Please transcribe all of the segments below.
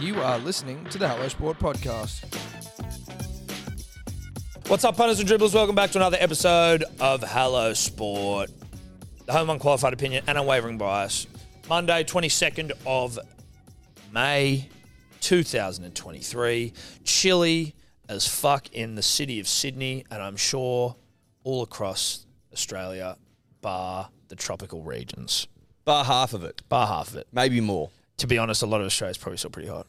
You are listening to the Hello Sport podcast. What's up, punters and dribblers? Welcome back to another episode of Hello Sport, the home unqualified opinion and unwavering bias. Monday, 22nd of May 2023. Chilly as fuck in the city of Sydney, and I'm sure all across Australia, bar the tropical regions, Bar half of it, bar half of it. maybe more. To be honest, a lot of Australia's probably still pretty hot.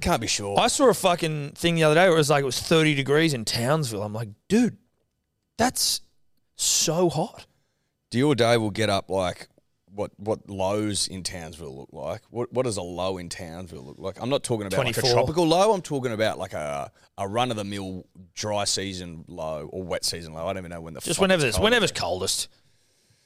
Can't be sure. I saw a fucking thing the other day where it was like it was 30 degrees in Townsville. I'm like, dude, that's so hot. Do you or Dave will get up like what what lows in Townsville look like? What what does a low in Townsville look like? I'm not talking about like a 24. tropical low. I'm talking about like a a run of the mill dry season low or wet season low. I don't even know when the Just fuck whenever it's this, cold. whenever's coldest.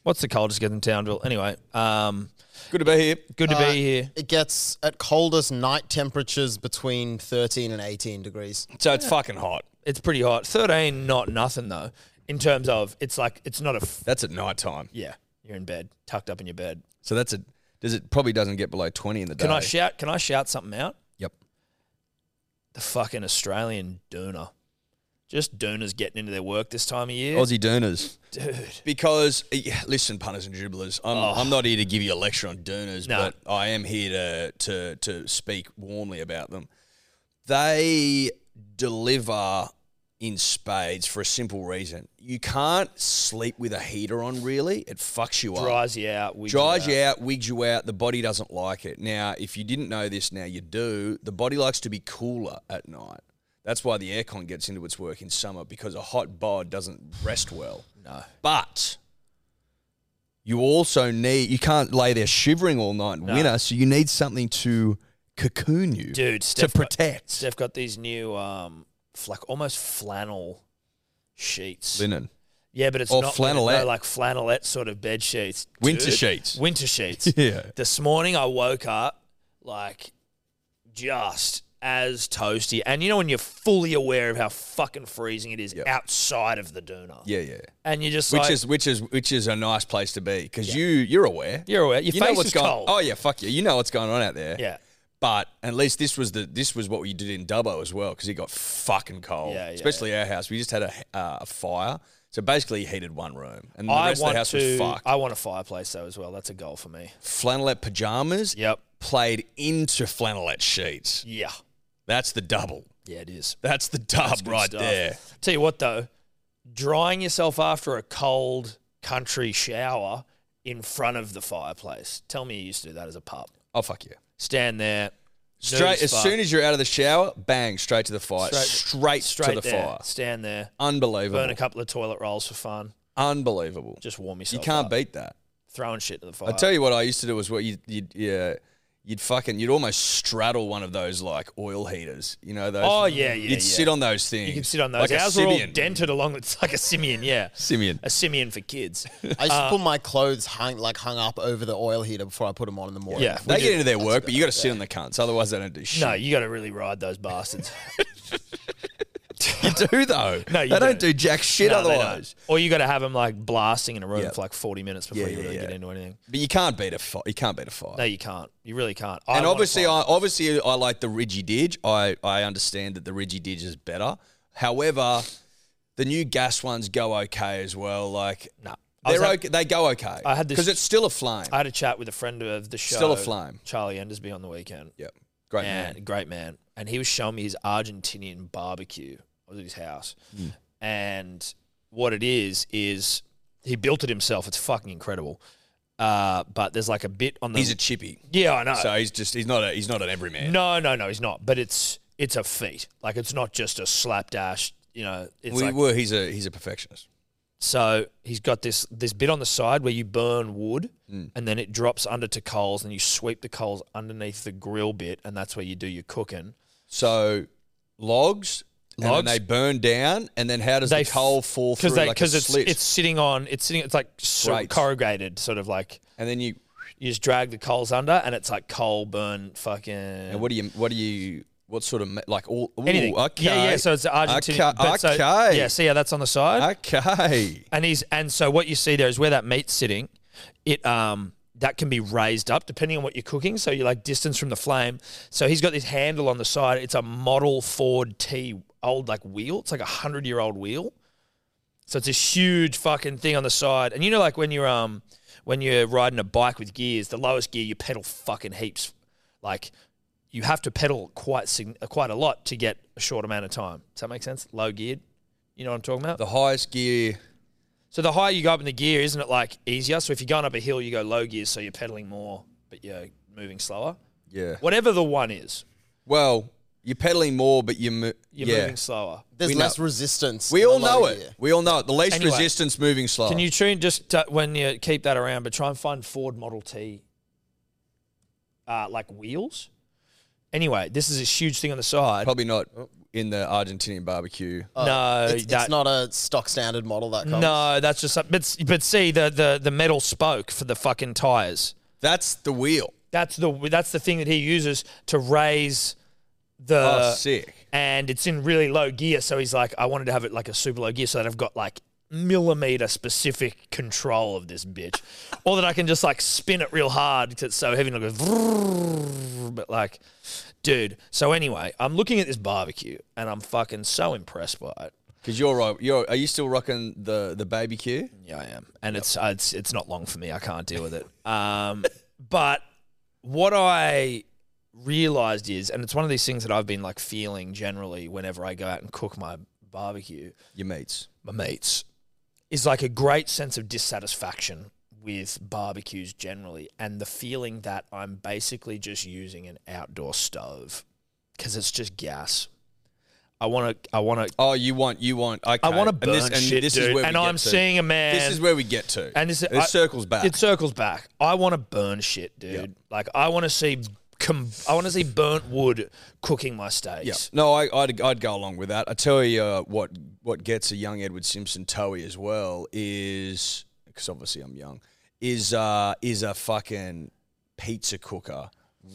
What's the coldest get in Townsville? Anyway, um, Good to be here. good to Uh, be here. It gets at coldest night temperatures between 13 and 18 degrees. So it's fucking hot. It's pretty hot. 13, not nothing though. In terms of, it's like, it's not a, f- That's at night time. yeah, you're in bed, tucked up in your bed. So that's a does it probably doesn't get below twenty in the day. Can I shout, can I shout something out? Yep. The fucking Australian dooner. Just dooners getting into their work this time of year. Aussie Durners. Dude. Because yeah, listen, punters and dribblers, I'm, I'm not here to give you a lecture on Durners, Oh. No. but I am here to, to to speak warmly about them. They deliver in spades for a simple reason. You can't sleep with a heater on, really. It fucks you up. Dries you out. wigs Dries you out, wigs you out. The body doesn't like it. Now, if you didn't know this, now you do. The body likes to be cooler at night. That's why the aircon gets into its work in summer because a hot bod doesn't rest well. No. But you also need you can't lay there shivering all night in winter, so you need something to cocoon you, Dude, to Steph got- protect Steph got these new, um, f- like almost flannel sheets. linen. Yeah, but it's Or not linen, no, flannelette. like flannelette sort of bed sheets. Winter sheets. Winter sheets. Yeah. This morning I woke up like just as toasty, and you know when you're fully aware of how fucking freezing it is Yep. outside of the doona. Yeah, yeah. and you're just Which like, is which is which is a nice place to be because you you're aware. you're aware. Your you know face what's is going. cold. Oh yeah, fuck yeah. You know what's going on out there. yeah. But at least this was the this was what we did in Dubbo as well because it got fucking cold. Yeah, yeah, Especially our house, we just had a, uh, a fire, so basically he heated one room, and the I rest of want the house to. was fucked. I want a fireplace though as well. That's a goal for me. flannelette pajamas Yep. played into flannelette sheets. Yeah. That's the double. Yeah, it is. That's the dub Good right stuff. there. Tell you what though, drying yourself after a cold country shower in front of the fireplace. Tell me you used to do that as a pup. Oh fuck yeah! Stand there. Straight as soon as you're out of the shower, bang, straight to the fire, Straight- straight, straight to the there, fire. Stand there. Burn a Unbelievable, couple of toilet rolls for fun. unbelievable. Just warm You yourself. can't up. beat that. throwing shit to the fire. I tell you what I used to do was what you you'd, yeah, you'd fucking you'd almost straddle one of those like oil heaters, you know those. Oh, yeah, yeah, You'd yeah. sit on those things. you can sit on those. like Ours a are all simian. dented along. It's like a simian, yeah. Simian. A simian for kids. I Uh, used to put my clothes hung like hung up over the oil heater before I put them on in the morning. Yeah. They get into their work, but you got to sit on the cunts, otherwise they don't do shit. no, you got to really ride those bastards. you do though. No, you they don't do. do jack shit No, they otherwise. don't. Or you got to have them like blasting in a room Yeah. for like 40 minutes before Yeah, you yeah, really yeah. get into anything. But you can't beat a fire. You can't beat a fire. No, you can't. You really can't. I and want a obviously, fire. I obviously I like the Ridgy Didge. I I understand that the Ridgy Didge is better. However, the new gas ones go okay as well. Like No. I was They're hav- okay. They go okay. I had this- because it's still a flame. I had a chat with a friend of the show, Still a flame. Charlie Endersby, on the weekend. yep. Great and man. great man. And he was showing me his Argentinian barbecue. I was at his house, Hmm. and what it is is he built it himself. It's fucking incredible. Uh, but there's like a bit on the He's a chippy, yeah, I know. so he's just he's not a he's not an everyman. no, no, no, he's not. But it's it's a feat. Like it's not just a slapdash. You know, it's we like were. He's a he's a perfectionist. So he's got this this bit on the side where you burn wood Hmm. and then it drops under to coals and you sweep the coals underneath the grill bit and that's where you do your cooking. So logs, Logs? and then they burn down, and then how does They the coal fall through Because they like a because it's slit? it's sitting on it's sitting it's like sort of Grates. corrugated sort of like and then you you just drag the coals under and it's like coal burn fucking and what do you what do you what sort of ma- like all ooh, anything. okay Yeah, yeah. So it's Argentina. okay, okay. yeah, see how that's on the side. okay And he's and so what you see there is where that meat's sitting. It um that can be raised up depending on what you're cooking. So you're like distance from the flame. So he's got this handle on the side. It's a model Ford T old like wheel. It's like a hundred year old wheel. So it's this huge fucking thing on the side. And you know, like when you're um when you're riding a bike with gears, the lowest gear you pedal fucking heaps. Like you have to pedal quite sign- quite a lot to get a short amount of time. Does that make sense? Low geared. You know what I'm talking about? The highest gear. So the higher you go up in the gear, isn't it like easier? So if you're going up a hill, you go low gear, so you're pedaling more, but you're moving slower. Yeah. Whatever the one is, Well, you're pedaling more, but you're, mo- you're yeah. moving slower. There's We know. less resistance. We in all a low know it. gear. We all know it. The least Anyway. resistance moving slow. Can you tune just uh, when you keep that around, but try and find Ford Model T, uh, like wheels. Anyway, this is this huge thing on the side. Probably not in the Argentinian barbecue. no, Uh, It's, it's that- not a stock standard model that comes. no, that's just some- but s- but see the the the metal spoke for the fucking tires. That's the wheel. That's the that's the thing that he uses to raise the oh, sick. and it's in really low gear. So he's like, I wanted to have it like a super low gear so that I've got like millimeter specific control of this bitch, or that I can just like spin it real hard because it's so heavy and it goes. But like, dude. So anyway, I'm looking at this barbecue and I'm fucking so impressed by it. Because you're right. You're, are you still rocking the, the baby Q? Yeah, I am, and it's uh, it's it's not long for me. I can't deal with it. Um, but what I realized is, and it's one of these things that I've been like feeling generally whenever I go out and cook my barbecue, Your meats. my mates is like a great sense of dissatisfaction with barbecues generally and the feeling that I'm basically just using an outdoor stove because it's just gas. I want to, I want to, Oh, you want, you want, okay. I want to burn and this, and shit, this dude. Is where and we I'm get to. seeing a man. This is where we get to. And this is- it I- circles back. It circles back. I want to burn shit, dude. Like I want to see, com- I want to see burnt wood cooking my steaks. Yeah. No, I, I'd, I'd go along with that. I tell you uh, what what gets a young Edward Simpson toey as well is because obviously I'm young is uh is a fucking pizza cooker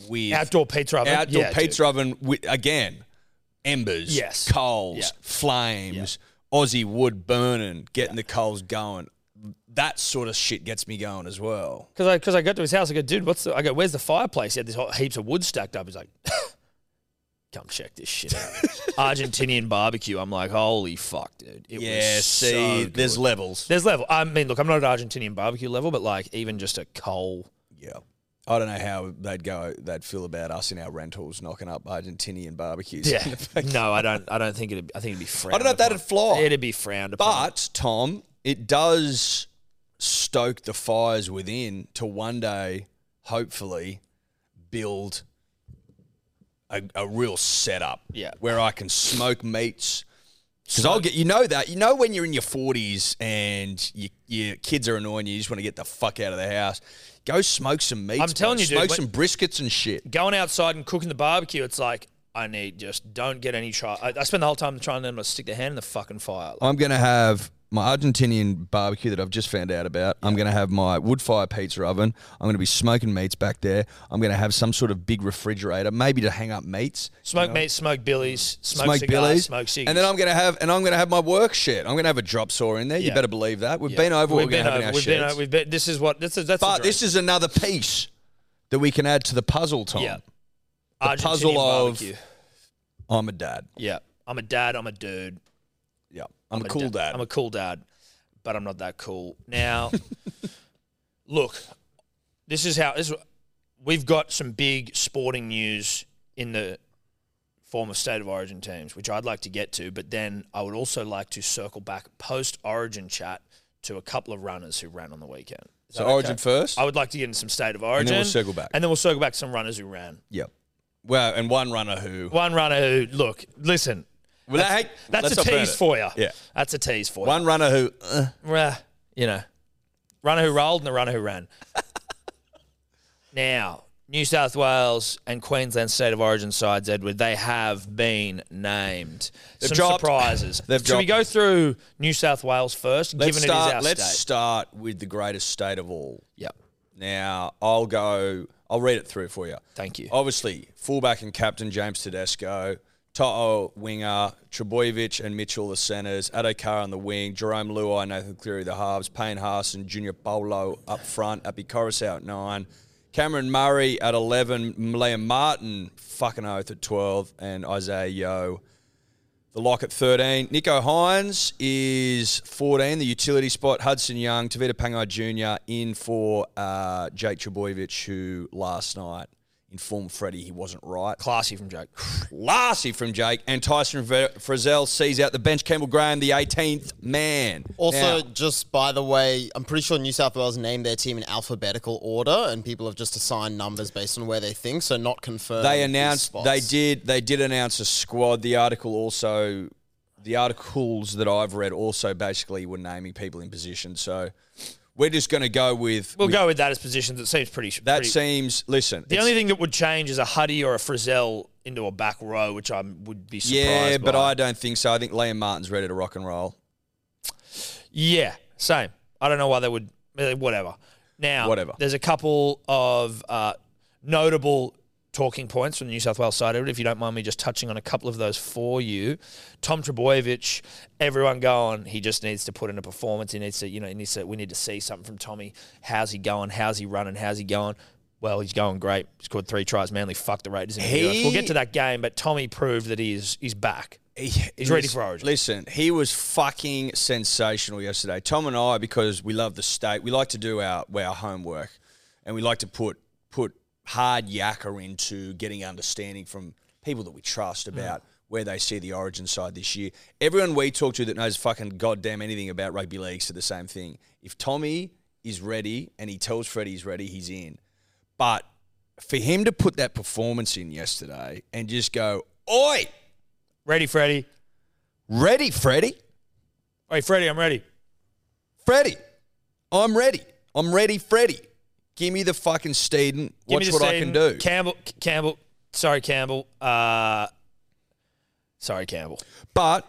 with Outdoor pizza oven. outdoor Yeah, dude. pizza oven with again embers, Yes. coals, Yeah. flames, Aussie wood burning, getting the coals going. That sort of shit gets me going as well. Because I, cause I got to his house, I go, dude, what's the, I go, where's the fireplace? He had this whole heaps of wood stacked up. He's like, come check this shit out. Argentinian barbecue. I'm like, holy fuck, dude. It Yeah, was see, so there's good. levels. there's level. I mean, look, I'm not at Argentinian barbecue level, but like even just a coal. Yeah. I don't know how they'd go, they'd feel about us in our rentals knocking up Argentinian barbecues. Yeah. no, I don't. I don't think it'd. I think it'd be frowned. I don't know if that'd upon. fly. It'd be frowned upon. but, Tom, it does stoke the fires within to one day, hopefully, build a, a real setup Yeah. where I can smoke meats. Because I'll get, you know that. You know when you're in your 40s and you, your kids are annoying you, you just want to get the fuck out of the house. Go smoke some meats. I'm telling bro. you, dude, Smoke when- some briskets and shit. going outside and cooking the barbecue, it's like I need just don't get any try. I, I spend the whole time trying to stick their hand in the fucking fire. Like, I'm going to have my Argentinian barbecue that I've just found out about. I'm going to have my wood fire pizza oven. I'm going to be smoking meats back there. I'm going to have some sort of big refrigerator, maybe to hang up meats, smoke meat, smoke billies, smoke, smoke cigars, billies, smoke cigars, and then I'm going to have and I'm going to have my work shed. I'm going to have a drop saw in there. You Yeah. better believe that. We've been over. what We've we're going been to have over. We've been in our sheds. over. We've been. This is what this is. That's but this is another piece that we can add to the puzzle, Tom. yeah. the puzzle of- I'm a dad. yeah. I'm a dad. I'm a dude. Yeah, I'm, a cool da- dad. I'm a cool dad, but I'm not that cool. Now, look, this is how this, we've got some big sporting news in the form of state of origin teams, which I'd like to get to, but then I would also like to circle back post origin chat to a couple of runners who ran on the weekend. Is so that okay? origin first. I would like to get into some state of origin. we'll circle back. And then we'll circle back to some runners who ran. yeah. Well, and one runner who. One runner who, look, listen, Well, hey, that's let's a not burn tease it. for you. Yeah. That's a tease for you. One runner who. uh, Well, you know, runner who rolled and the runner who ran. now, New South Wales and Queensland State of Origin sides, Edward, they have been named. Some dropped. surprises. They've Should we dropped. go through New South Wales first, Let's given it start. is our let's state? start with the greatest state of all. Yep. Now I'll go. I'll read it through for you. Thank you. Obviously, fullback and captain James Tedesco, To'o winger, Trebojevic and Mitchell the centres, Adokar on the wing, Jerome Luai, Nathan Cleary the halves, Payne Haas and Junior Bolo up front, Appy Corris out nine, Cameron Murray at 11, Liam Martin fucking oath at 12, and Isaiah Yo the lock at 13. Nico Hines is 14, the utility spot. Hudson Young, Tavita Pangai Jr. in for uh, Jake Trebojevic, who last night informed Freddie he wasn't right. Classy from Jake. Classy from Jake. And Tyson Fre- Frizzell sees out the bench. Campbell Graham, the 18th man. Also, Now- just by the way, I'm pretty sure New South Wales named their team in alphabetical order, and people have just assigned numbers based on where they think, so not confirmed. they these announced uh, spots. they did they did announce a squad the article also the articles that i've read also basically were naming people in position so we're just going to go with, We'll with- go with that as positions. It seems pretty. that pretty- seems listen The it's- only thing that would change is a Huddy or a Frizzell into a back row, which I would be surprised. yeah but by. i don't think so i think liam martin's ready to rock and roll Yeah, same. I don't know why they would. eh, Whatever. Now, Whatever. There's a couple of uh, notable talking points from the New South Wales side of it. If you don't mind me just touching on a couple of those for you, Tom Trebojevic, everyone going. He just needs to put in a performance. He needs to, you know, he needs to. We need to see something from Tommy. How's he going? How's he running? How's he going? Well, he's going great. Scored three tries. Manly fucked the Raiders. In the US. We'll He- get to that game, but Tommy proved that he's he's back. He- He's ready for Origin. Listen, he was fucking sensational yesterday. Tom and I, because we love the state, we like to do our our homework, and we like to put put hard yakker into getting understanding from people that we trust about where they see the Origin side this year. Everyone we talk to that knows fucking goddamn anything about rugby league said the same thing. If Tommy is ready and he tells Freddie he's ready, he's in. But for him to put that performance in yesterday and just go, oi, Ready, Freddie? ready, Freddie. Hey, Freddie, I'm ready. Freddie, I'm ready. I'm ready, Freddie. Give me the fucking Steeden. Give Watch me what the I can Steyn. do. Campbell, Campbell, sorry, Campbell. Uh, sorry, Campbell. but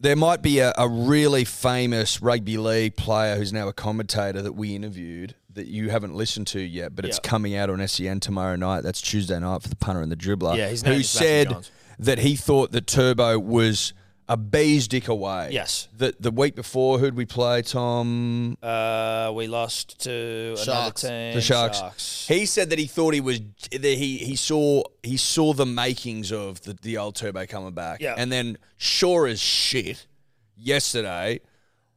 there might be a, a really famous rugby league player who's now a commentator that we interviewed that you haven't listened to yet, but it's Yeah. coming out on SEN tomorrow night. That's Tuesday night for the punter and the dribbler. Yeah, his name who is Matthew said Johns. that he thought that Turbo was a bee's dick away. Yes. The, the week before, who'd we play, Tom? Uh, we lost to Sharks. another team. the sharks. Sharks. He said that he thought he was that he he saw he saw the makings of the, the old turbo coming back. Yeah. And then sure as shit, yesterday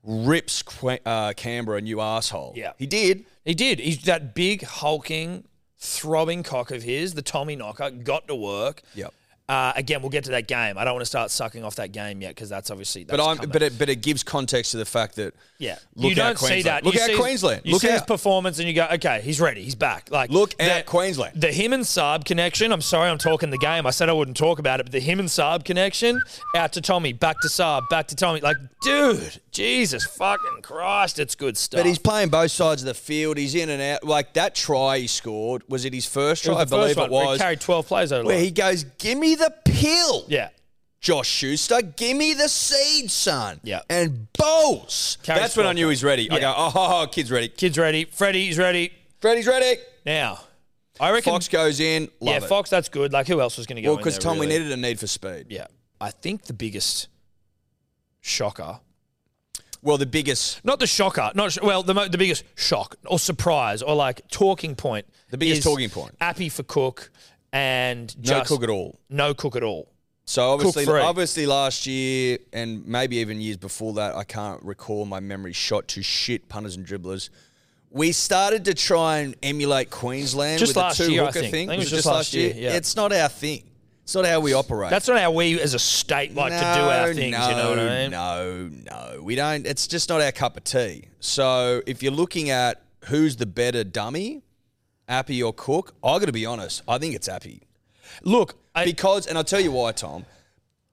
rips Qu- uh, Canberra a new asshole. Yeah. He did. He did. He's that big hulking, throbbing cock of his, the Tommy knocker, got to work. Yep. Uh, again, we'll get to that game. I don't want to start sucking off that game yet because that's obviously. That's But I'm coming. but it but it gives context to the fact that yeah, Look you out, don't see Queensland. that. Look you out see his- Queensland. You Look see his out. performance and you go, okay, he's ready. He's back. Like look the- at Queensland. The him and Saab connection. I'm sorry, I'm talking the game. I said I wouldn't talk about it, but the him and Saab connection. Out to Tommy, back to Saab, back to Tommy. Like, dude, Jesus fucking Christ, it's good stuff. But he's playing both sides of the field. He's in and out. Like that try he scored, was it his first It try? was the I believe first one it where he was. carried 12 players over. the where line. he goes, Give me the pill. yeah, Josh Schuster, give me the seed, son. Yeah. And Bowles. Carries That's when I twelve knew he's ready. I go, Yeah. oh, ho, ho, kid's ready. kids ready. Freddie's ready Freddie's ready. now. I reckon. Fox goes in. Love yeah, it. Fox. That's good. Like, who else was going to go? in Well, because there, Tom, really? we needed a need for speed. Yeah, I think the biggest shocker Well, the biggest, not the shocker, not sh- well, the mo- the biggest shock or surprise or like talking point. The biggest is talking point. Appy for Cook and no just cook at all. No cook at all. So obviously, free. obviously, last year and maybe even years before that, I can't recall. My memory shot to shit. Punters and dribblers. We started to try and emulate Queensland Just with last the two year, I hooker think. thing. I think it was it just last year, yeah. It's not our thing. It's not how we operate. That's not how we as a state like to do our things. you know what I mean? No, no, we don't. It's just not our cup of tea. So if you're looking at who's the better dummy, Appy or Cook, I got to be honest. I think it's Appy Look, I, because, and I'll tell you why, Tom.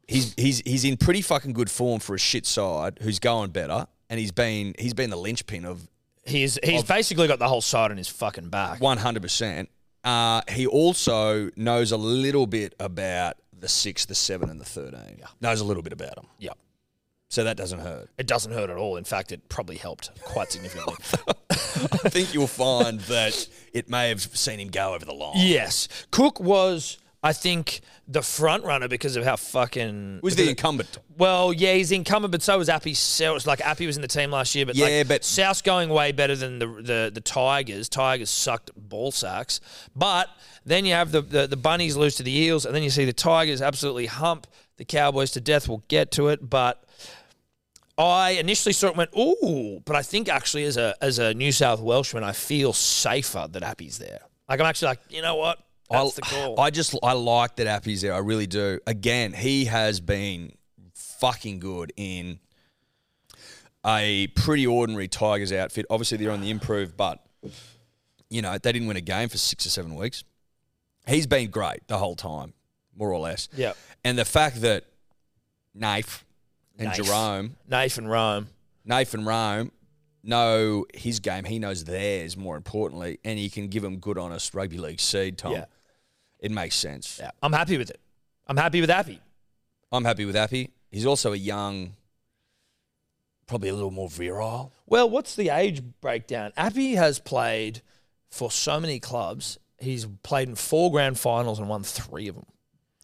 He's he's he's in pretty fucking good form for a shit side who's going better, and he's been he's been the linchpin of he's he's basically got the whole side on his fucking back. One hundred percent. Uh, He also knows a little bit about the six, the seven, and the thirteen. Knows a little bit about them, Yeah, so that doesn't hurt. it doesn't hurt at all. In fact, it probably helped quite significantly. I think you'll find that it may have seen him go over the line. yes, Cook was I think the front runner because of how fucking Who's because the of- incumbent? Well, yeah, he's incumbent, but so was Appy South. Like Appy was in the team last year, but Yeah, like, but- South's going way better than the the, the Tigers. Tigers sucked ball sacks, but then you have the, the the bunnies lose to the Eels, and then you see the Tigers absolutely hump the Cowboys to death. We'll get to it, but. I initially saw it and went, ooh, but I think actually as a as a New South Welshman, I feel safer that Appy's there. Like I'm actually like, you know what? That's the call. I just I like that Appy's there. I really do. Again, he has been fucking good in a pretty ordinary Tigers outfit. Obviously, they're on the improve, but you know they didn't win a game for six or seven weeks. He's been great the whole time, more or less. Yeah. And the fact that Nafe and Nafe. Jerome, Nathan Rome. Nafe and Rome know his game, he knows theirs. More importantly, and he can give them good, honest rugby league seed. Tom, Yeah. it makes sense. Yeah. I'm happy with it. I'm happy with Appy. I'm happy with Appy. He's also a young, probably a little more virile. Well, what's the age breakdown? Appy has played for so many clubs. He's played in four grand finals and won three of them.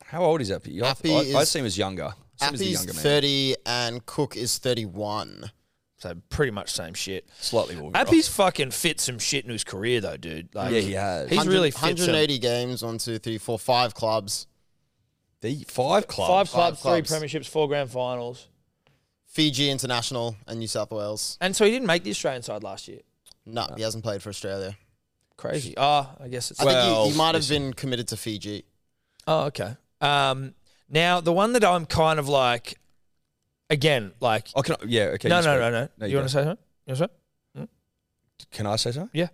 How old is Appy? I- Appy I, I is- see him as younger. I see him as the Appy's younger man. 30 and Cook is 31. So pretty much same shit. Slightly more virile. Appy's fucking fit some shit in his career though, dude. Like, Yeah, he has. He's 100 really fit. 180 games, one, two, three, four, five clubs. the five Five clubs, clubs. Five clubs. three premierships, four grand finals. Fiji International and New South Wales. And so he didn't make the Australian side last year. No, he hasn't played for Australia. Crazy. Ah, I guess it's. I think Well, he, he might have been committed to Fiji. oh, okay. Um, now the one that I'm kind of like, again, like. Oh, can I, yeah, okay. no, you no, speak. no, no, No, You, you want to say something? You want to say? Can I say something? Yeah.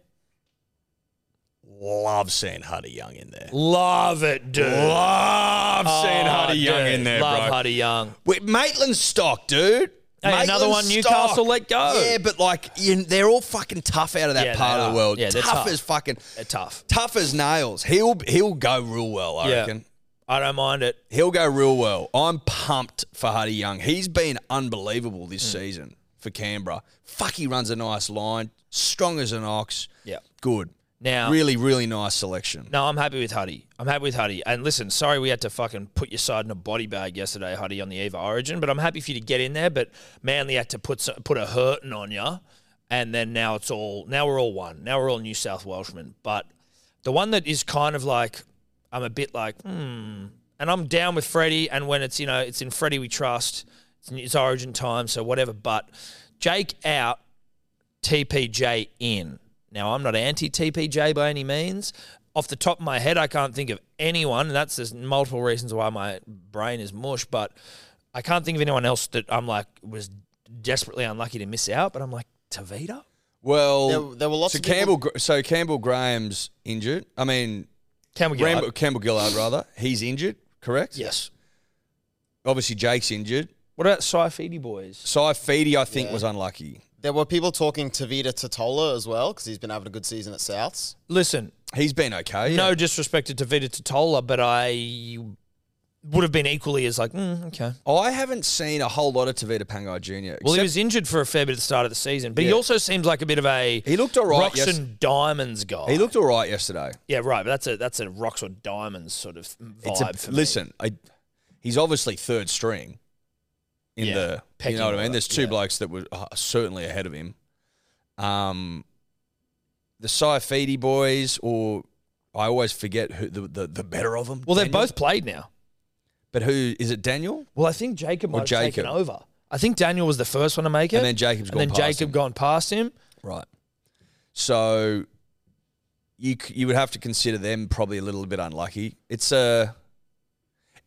Love seeing Huddy Young in there. Love it, dude. Love seeing Oh, Huddy Young dude. in there, Love bro. Huddy Young. Wait, Maitland Stock, dude. Hey, Maitland another one Stock. Newcastle let go. Yeah, but like you, they're all fucking tough out of that Yeah, part they of the are. world. Yeah, they're tough, tough. as fucking They're tough. tough as nails. He'll he'll go real well, I Yeah. reckon. I don't mind it. He'll go real well. I'm pumped for Hardy Young. He's been unbelievable Mm. this season for Canberra. Fuck, he runs a nice line, strong as an ox. Yeah. Good. Now- really, really nice selection. No, I'm happy with Huddy. I'm happy with Huddy. And listen, sorry we had to fucking put your side in a body bag yesterday, Huddy, on the Eve of Origin. But I'm happy for you to get in there. But Manly had to put some, put a hurting on you, and then now it's all now we're all one. Now we're all New South Welshmen. But the one that is kind of like I'm a bit like hmm, and I'm down with Freddie. And when it's you know it's in Freddie we trust. It's, it's Origin time, so whatever. But Jake out. TPJ in. Now, I'm not anti TPJ by any means. Off the top of my head, I can't think of anyone. And that's there's multiple reasons why my brain is mush, but I can't think of anyone else that I'm like was desperately unlucky to miss out. But I'm like Tavita. Well, There- there were lots so of people- Campbell. Gra- So Campbell Graham's injured. I mean, Can we Rambo, Campbell Gillard rather. He's injured, correct? Yes. Obviously, Jake's injured. What about Saifidi boys? Sai Feedy, I think, was unlucky. There were people talking Tavita Totola as well because he's been having a good season at Souths. Listen, He's been okay. no disrespect to Tavita Totola, but I would have been equally as like mm, okay. I haven't seen a whole lot of Tavita Pangai Jr. Well, he except- was injured for a fair bit at the start of the season, but he Yeah. also seems like a bit of a He looked all right Rocks yes- and diamonds guy. he looked all right yesterday. yeah, right. But that's a that's a rocks or diamonds sort of vibe. It's a, for me. listen, I, he's obviously third string in Yeah, the. You pecking know what I mean? order, There's two yeah. blokes that were uh, certainly ahead of him. Um, the Saifidi boys, or I always forget who the the, the better of them. Well, they've Daniel? both played now. But who is it? Daniel. Well, I think Jacob might Or have taken Jacob. over. I think Daniel was the first one to make it, And then Jacob's and then gone past Jacob him. gone past him. Right. So you c- you would have to consider them probably a little bit unlucky. It's a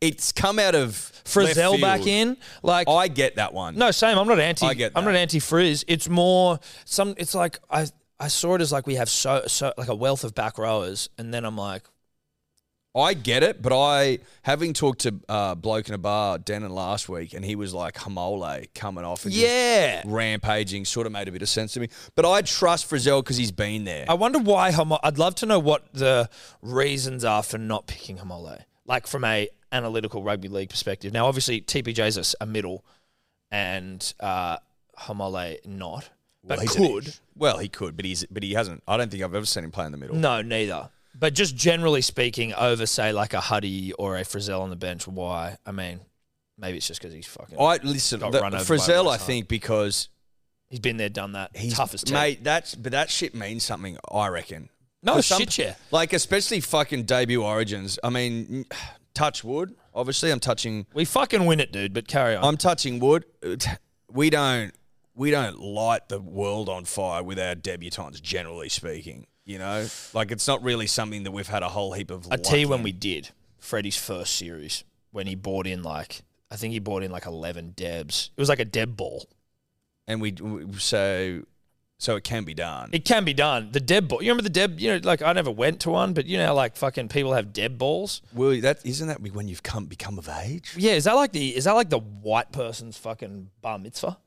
it's come out of Frizzell left back field. in. Like I get that one. No, same. I'm not anti. I get I'm not that. anti frizz. It's more some. It's like I I saw it as like we have so so like a wealth of back rowers, and then I'm like, I get it, but I having talked to uh, bloke in a bar Denon last week, and he was like Hamole coming off and just yeah. rampaging, sort of made a bit of sense to me. But I trust Frizzell because he's been there. I wonder why Homo- I'd love to know what the reasons are for not picking Homole, like from a analytical rugby league perspective. Now, obviously, TPJ's a s- a, middle, and uh, Homole not, but he's an could edge. well he could, but he's but he hasn't. I don't think I've ever seen him play in the middle. no neither. But just generally speaking, over say like a Huddy or a Frizzell on the bench, why? I mean, maybe it's just because he's fucking. I listen. The, Got run over by Frizzell, I West Ham. think, because he's been there, done that. he's tough as tape. mate. That's but that shit means something. I reckon. No For shit, yeah. Like especially fucking debut origins. I mean, touch wood. Obviously, I'm touching. We fucking win it, dude. But carry on. I'm touching wood. We don't. We don't light the world on fire with our debutants, generally speaking. You know, like it's not really something that we've had a whole heap of. I luck tell you when in. we did Freddie's first series when he bought in like I think he bought in like eleven debs. It was like a deb ball. and we we- so so it can be done. It can be done. The deb ball. You remember the deb? You know, like I never went to one, but you know, how, like fucking people have deb balls. Will that isn't that when you've come become of age? Yeah, is that like the is that like the white person's fucking bar mitzvah?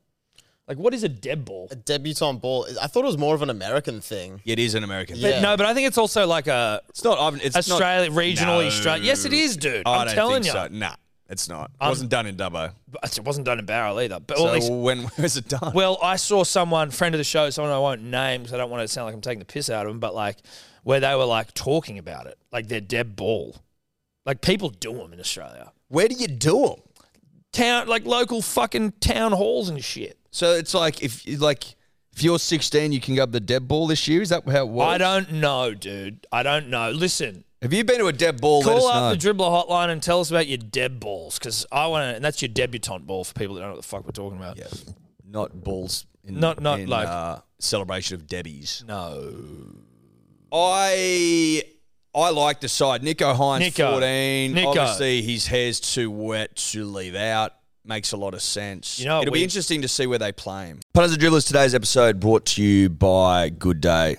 Like what is a deb ball? A debutant ball. I thought it was more of an American thing. It is an American. Yeah. thing. But no, but I think it's also like a It's not. I've- It's not- Australia regional No. Australia. Yes, it is, dude. I I'm don't telling think you, So. Nah, it's not. It wasn't done in Dubbo. But it wasn't done in Barrel either. But well, So at least when was it done? Well, I saw someone, friend of the show, someone I won't name because I don't want it to sound like I'm taking the piss out of them, but like where they were like talking about it, like their dead ball. Like people do them in Australia. Where do you do them? Town, like local fucking town halls and shit. So it's like if like if you're 16, you can go up the dead ball this year. Is that how it was? I don't know, dude. I don't know. Listen, Have you been to a dead ball? call Let us know. up the dribbler hotline and tell us about your dead balls because I want to, and that's your debutante ball for people that don't know what the fuck we're talking about. Yeah, not balls. In, Not- not in, like- uh, celebration of debbies. No. I I like the side. Nico Hines, Nico. 14. Nico. Obviously, his hair's too wet to leave out. Makes a lot of sense. You know what It'll we- be interesting to see where they play him. Punters and Dribblers, today's episode brought to you by Good Day,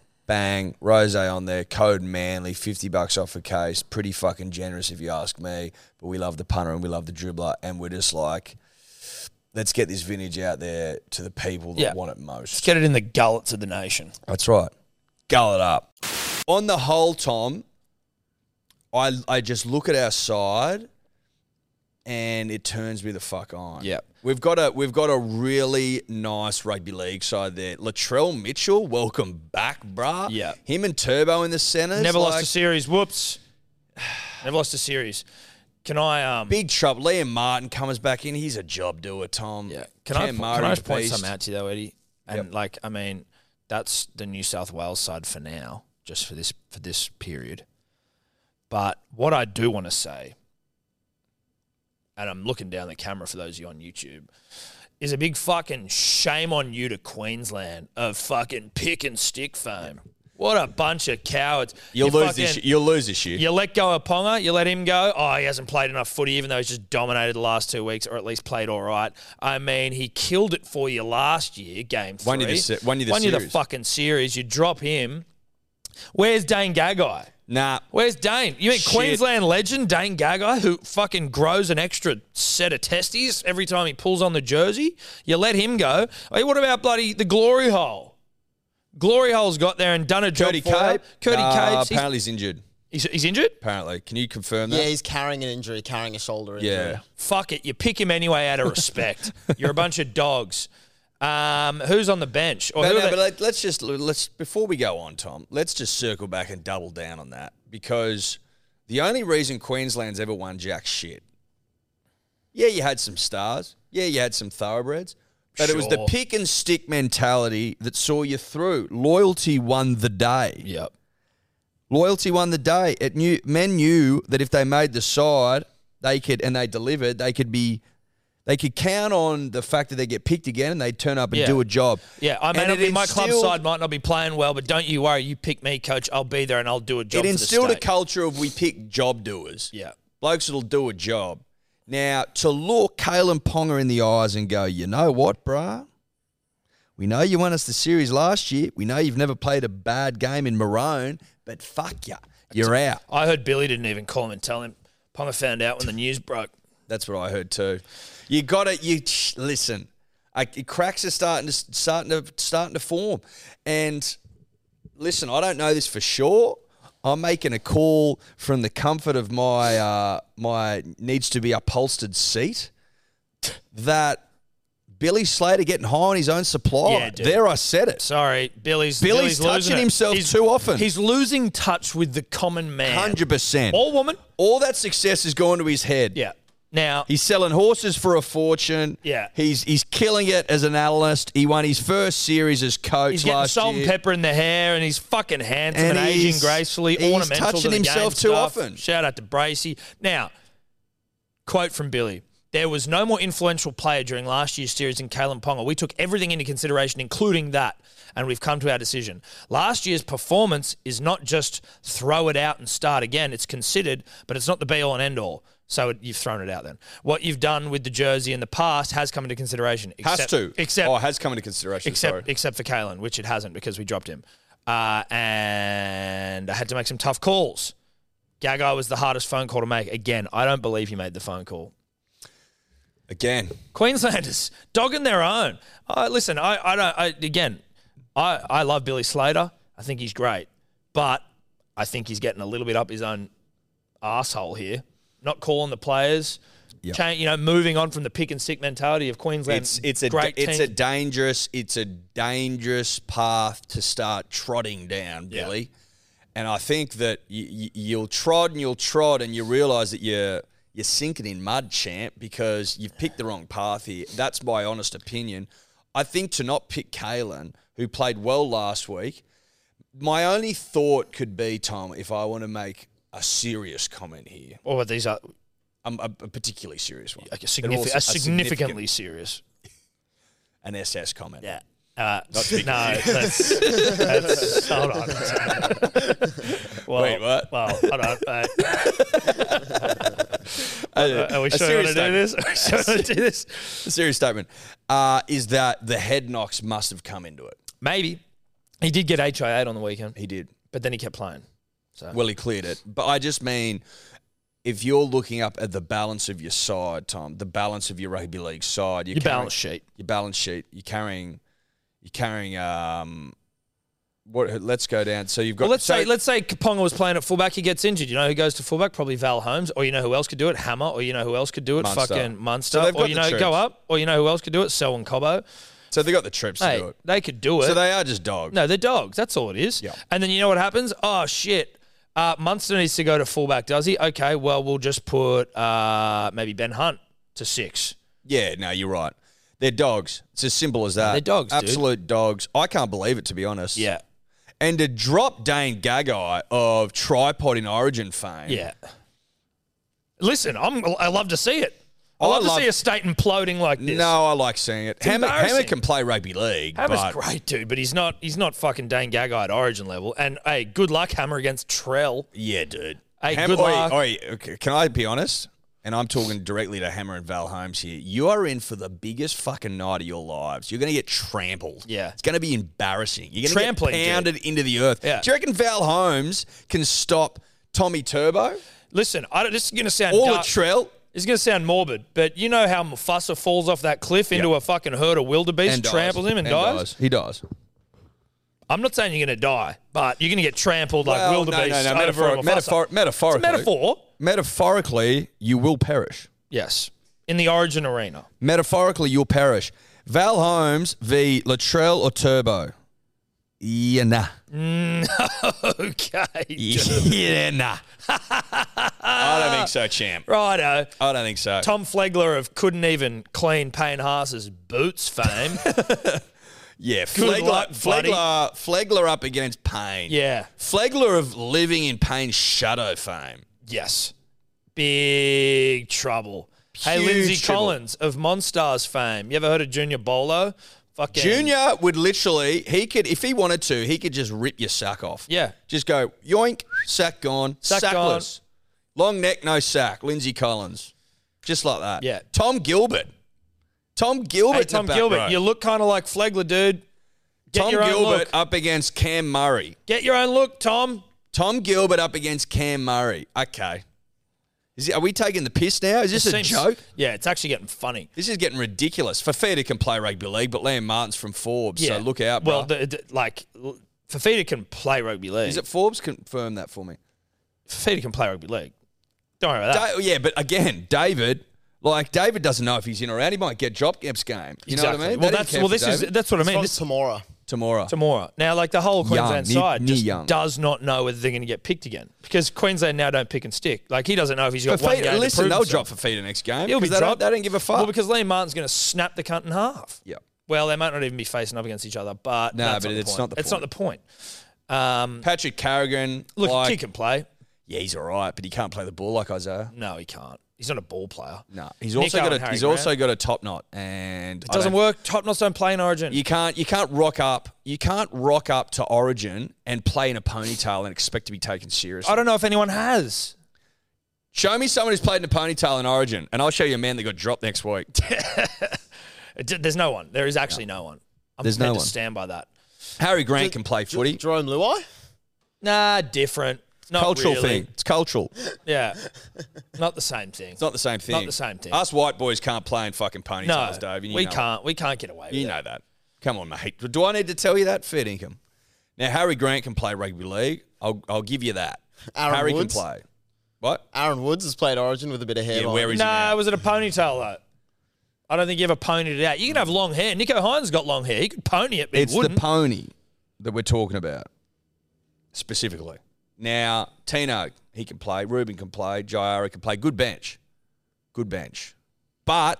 bang, rose on there, code Manly, 50 bucks off a case. Pretty fucking generous if you ask me. But we love the punter and we love the dribbler. And we're just like, let's get this vintage out there to the people that Yeah. want it most. Let's get it in the gullets of the nation. That's right. Gull it up. On the whole, Tom, I I just look at our side and it turns me the fuck on. Yep. We've got a we've got a really nice rugby league side there. Latrell Mitchell, welcome back, bruh. Yep. Him and Turbo in the centre. Never lost a series. Whoops. Never lost a series. Can I um big trouble. Liam Martin comes back in. He's a job doer, Tom. yeah. can I Cam po- can Murray's I just point beast. some out to you though, Eddie? And like I mean, that's the New South Wales side for now, just for this for this period. But what I do want to say, and I'm looking down the camera for those of you on YouTube, is a big fucking shame on you to Queensland of fucking pick and stick fame. What a bunch of cowards. You'll You lose this. fucking- year- You'll lose this year. You let go of Ponga, you let him go. Oh, he hasn't played enough footy, even though he's just dominated the last two weeks, or at least played all right. I mean, he killed it for you last year, game three. Won you the se- won you the Won series. fucking series. You drop him. Where's Dane Gagai? Nah. Where's Dane? You mean Shit. Queensland legend Dane Gagai, who fucking grows an extra set of testes every time he pulls on the jersey? You let him go. Hey, what about bloody the glory hole? Glory hole's got there and done a job Cody for her. Cape. Cody Nah, Capes, he's- Apparently he's injured. he's, he's injured. Apparently, can you confirm Yeah, that? he's carrying an injury, carrying a shoulder injury. yeah. fuck it. You pick him anyway out of respect. You're a bunch of dogs. Um, who's on the bench? Or But, who no, are but they- let, let's just let's before we go on, Tom. Let's just circle back and double down on that because the only reason Queensland's ever won jack shit. Yeah, you had some stars. Yeah, you had some thoroughbreds, but it was the Sure. pick and stick mentality that saw you through. Loyalty won the day. yep. Loyalty won the day. It knew men knew that if they made the side, they could and they delivered. They could be, they could count on the fact that they get picked again and they turn up and Yeah. do a job. Yeah, I may And not it be, my club instilled- side might not be playing well, but don't you worry. You pick me, coach. I'll be there and I'll do a job. It for instilled the a state. culture of we pick job doers. Yeah. blokes that'll do a job. Now to look Kalen Ponga in the eyes and go, you know what, bruh? We know you won us the series last year. We know you've never played a bad game in Maroon, but fuck ya, you're out. I heard Billy didn't even call him and tell him. Ponga found out when the news broke. That's what I heard too. You got to You shh, listen. I, cracks are starting to starting to starting to form, and listen. I don't know this for sure. I'm making a call from the comfort of my uh, my needs to be upholstered seat. That Billy Slater getting high on his own supply. Yeah, dude. there, I said it. Sorry, Billy's Billy's losing touching it. himself He's- too often. He's losing touch with the common man, Hundred percent. or woman. All that success is going to his head. Yeah. Now He's selling horses for a fortune. Yeah. He's he's killing it as an analyst. He won his first series as coach He's getting last salt year. and pepper in the hair, and he's fucking handsome and, And aging he's- gracefully, he's ornamental to touching the himself game too stuff. often. Shout out to Bracey. Now, quote from Billy. There was no more influential player during last year's series than Kalen Ponga. We took everything into consideration, including that, and we've come to our decision. Last year's performance is not just throw it out and start again. It's considered, but it's not the be all and end all. So it, you've thrown it out then. What you've done with the jersey in the past has come into consideration. has except- to. Except oh, has come into consideration. except sorry. except for Kalen, which it hasn't because we dropped him. Uh, and I had to make some tough calls. Gagai was the hardest phone call to make. Again, I don't believe he made the phone call. Again, Queenslanders dogging their own. Uh, listen, I, I don't. I, again, I, I love Billy Slater. I think he's great, but I think he's getting a little bit up his own asshole here. Not calling the players. Cha- you know, moving on from the pick and stick mentality of Queensland. it's it's a great it's team. a dangerous it's a dangerous path to start trotting down, Yeah. Billy. And I think that y- y- you'll trod and you'll trod and you realise that you're you're sinking in mud, champ, because you've picked the wrong path here. That's my honest opinion. I think to not pick Kalen, who played well last week, my only thought could be, Tom, if I want to make a serious comment here, Or what Oh, these are um, a, a particularly serious one, like a, They're signifi- all s- a significantly serious. an SS comment. Yeah. Uh, no, that's, that's hold on. well, Wait, what? Well, hold on. Uh, are we A sure we want serious to do this? Are we sure we want to do this? serious statement uh, is that the head knocks must have come into it. Maybe he did get HIA on the weekend, He did. but then he kept playing. Well, he cleared it. But I just mean, if you're looking up at the balance of your side, Tom, the balance of your rugby league side, you're Your carrying- balance sheet. your balance sheet, you're carrying, you're carrying um, What? Let's go down. So you've got. Well, let's so- say let's say Kaponga was playing at fullback. He gets injured. You know who goes to fullback? Probably Val Holmes, or you know who else could do it? Hammer, or you know who else could do it? Munster. Fucking Munster, So they've or got you the know troops. go up, or you know who else could do it? Selwyn Cobbo. so they got the trips to Hey, do it. they could do it. So they are just dogs. No, they're dogs. That's all it is. Yeah. And then you know what happens? Oh shit. Uh, Munster needs to go to fullback, does he? Okay, well we'll just put uh, maybe Ben Hunt to six. Yeah, no, you're right. They're dogs. It's as simple as that. they're dogs, dude. Absolute dogs. I can't believe it, to be honest. Yeah, And to drop Dane Gagai of tripod in Origin fame. yeah. Listen, I'm I love to see it. I Oh, I love, love- to see a state imploding like this. No, I like seeing it. Hammer, embarrassing. Hammer can play rugby league. Hammer's but great, dude, but he's not he's not fucking Dane Gagai at Origin level. And hey, good luck, Hammer against Trell. Yeah, dude. Hey, Hammer, good oi, luck. oi, okay, can I be honest? And I'm talking directly to Hammer and Val Holmes here. You are in for the biggest fucking night of your lives. You're going to get trampled. Yeah. It's going to be embarrassing. You're going to Trampling, get dude. pounded into the earth. Yeah. Do you reckon Val Holmes can stop Tommy Turbo Listen, I don't, this is gonna sound or dark. Latrell? It's going to sound morbid, but you know how Mufasa falls off that cliff into a fucking herd of wildebeest, dies. tramples him, and, dies? He dies. I'm not saying you're going to die, but you're going to get trampled like Well, no, no, wildebeest no. over a Mufasa. Metaphoric, metaphor, It's a metaphorically. metaphor. Metaphorically, you will perish. Yes. In the Origin Arena. Metaphorically, you'll perish. Val Holmes v. Latrell or Turbo? Yeah, nah. Okay. Yeah, nah. I don't think so, champ. Righto. I don't think so. Tom Flegler of couldn't even clean Payne Haas's boots fame. yeah, Good Flegler, luck, buddy. Flegler, Flegler up against Payne. yeah. Flegler of living in Payne's shadow fame. Yes. Big trouble. hey, Huge Lindsay trouble. Collins of Monstars fame. You ever heard of Junior Bolo? Fucking Junior would literally, he could, if he wanted to, he could just rip your sack off. Yeah. Just go, yoink, sack gone, Sack sackless. Long neck, no sack. Lindsay Collins. Just like that. Yeah. Tom Gilbert. Tom Gilbert. Hey, in the Tom back Gilbert, row. you look kind of like Flegler, dude. Get Tom your own Gilbert look. up against Cam Murray. Get your own look, Tom. Tom Gilbert up against Cam Murray. Okay. Is it, are we taking the piss now? Is this a Seems- joke? Yeah, it's actually getting funny. This is getting ridiculous. Fafita can play rugby league, but Liam Martin's from Forbes, Yeah. so look out, bro. Well, the, the, like l- Fafita can play rugby league. is it Forbes? Confirm that for me. Fafita can play rugby league. Don't worry about that. Da- yeah, but again, David, like David doesn't know if he's in or out. He might get dropped next game. You know what Exactly. I Well, mean? They didn't that's care well. for This is David. that's what I mean. From This Tamora. Tamora. tomorrow. Now, like the whole Queensland Neil- side just Neil Young. does not know whether they're going to get picked again because Queensland now don't pick and stick. Like he doesn't know if he's got one Fafita- game to listen, prove they'll himself. drop Fafita next game. He'll be 'cause they dropped. Don't, they don't give a fuck. Well, because Liam Martin's going to snap the cunt in half. Yep. Well, they might not even be facing up against each other, but No, that's but it's point. not the It's not the point. Um, Patrick Carrigan, look, like, he can play. yeah, he's all right, but he can't play the ball like Isaiah. No, he can't. He's not a ball player. No, he's Nico also and got a, Harry he's Grant. also got a top knot, and It doesn't work. Top knots don't play in Origin. You can't you can't rock up you can't rock up to Origin and play in a ponytail and expect to be taken seriously. I don't know if anyone has. Show me someone who's played in a ponytail in Origin, and I'll show you a man that got dropped next week. It d- There's no one. There is actually no, one. I'm There's no prepared to one. stand by that. Harry Grant can play J- footy. Jerome Luai? Nah, different. Not cultural really. thing. It's cultural. It's Yeah. not the same thing. not the same thing. the same thing. Us white boys can't play in fucking no, ponytails, Dave. and you we know it. can't. We can't get away with You it. know that. Come on, mate. Do I need to tell you that? Fair income. Now Harry Grant can play rugby league. I'll I'll give you that. Aaron Harry Woods? can play. What? Aaron Woods has played Origin with a bit of hair. Yeah, on. where is he Nah, now? was it a ponytail though? I don't think you ever ponied it out. You can have long hair. Nico Hines got long hair. He could pony it, but It's he the wouldn't. pony that we're talking about specifically. Now, Tino, he can play. Ruben can play. Jairo can play. Good bench. Good bench. But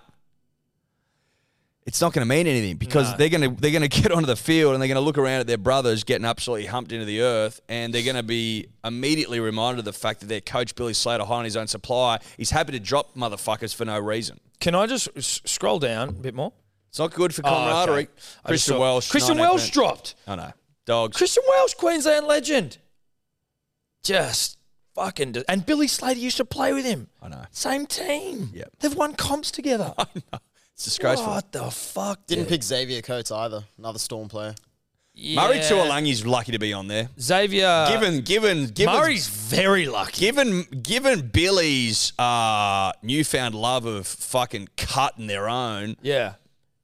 it's not going to mean anything because they're going to they're going to get onto the field and they're going to look around at their brothers getting absolutely humped into the earth and they're going to be immediately reminded of the fact that their coach Billy Slater high on his own supply is happy to drop motherfuckers for no reason. can I just s- scroll down a bit more? It's not good for Oh, camaraderie. okay. I just Christian saw- Welsh. Christian 19 Welsh dropped. I know. Dogs. Christian Welsh, Queensland legend. Just fucking. dis- and Billy Slater used to play with him. I know. Same team. Yep. They've won comps together. It's disgraceful. What the fuck? Didn't dude? pick Xavier Coates either. Another Storm player. Murray Yeah. Tuolangi's lucky to be on there. Xavier. Given, given, given, Murray's very lucky. given, given Billy's uh, newfound love of fucking cut and their own, yeah.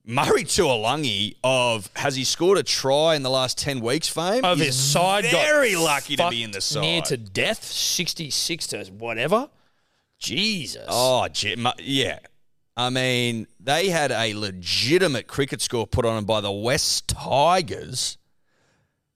Murray Tuolungi of has he scored a try in the last ten weeks? Fame Of He's his side, got very lucky to be in the fucked side. near to death, sixty-six to whatever. Jesus. Oh, gee, mu- yeah. I mean, they had a legitimate cricket score put on them by the West Tigers.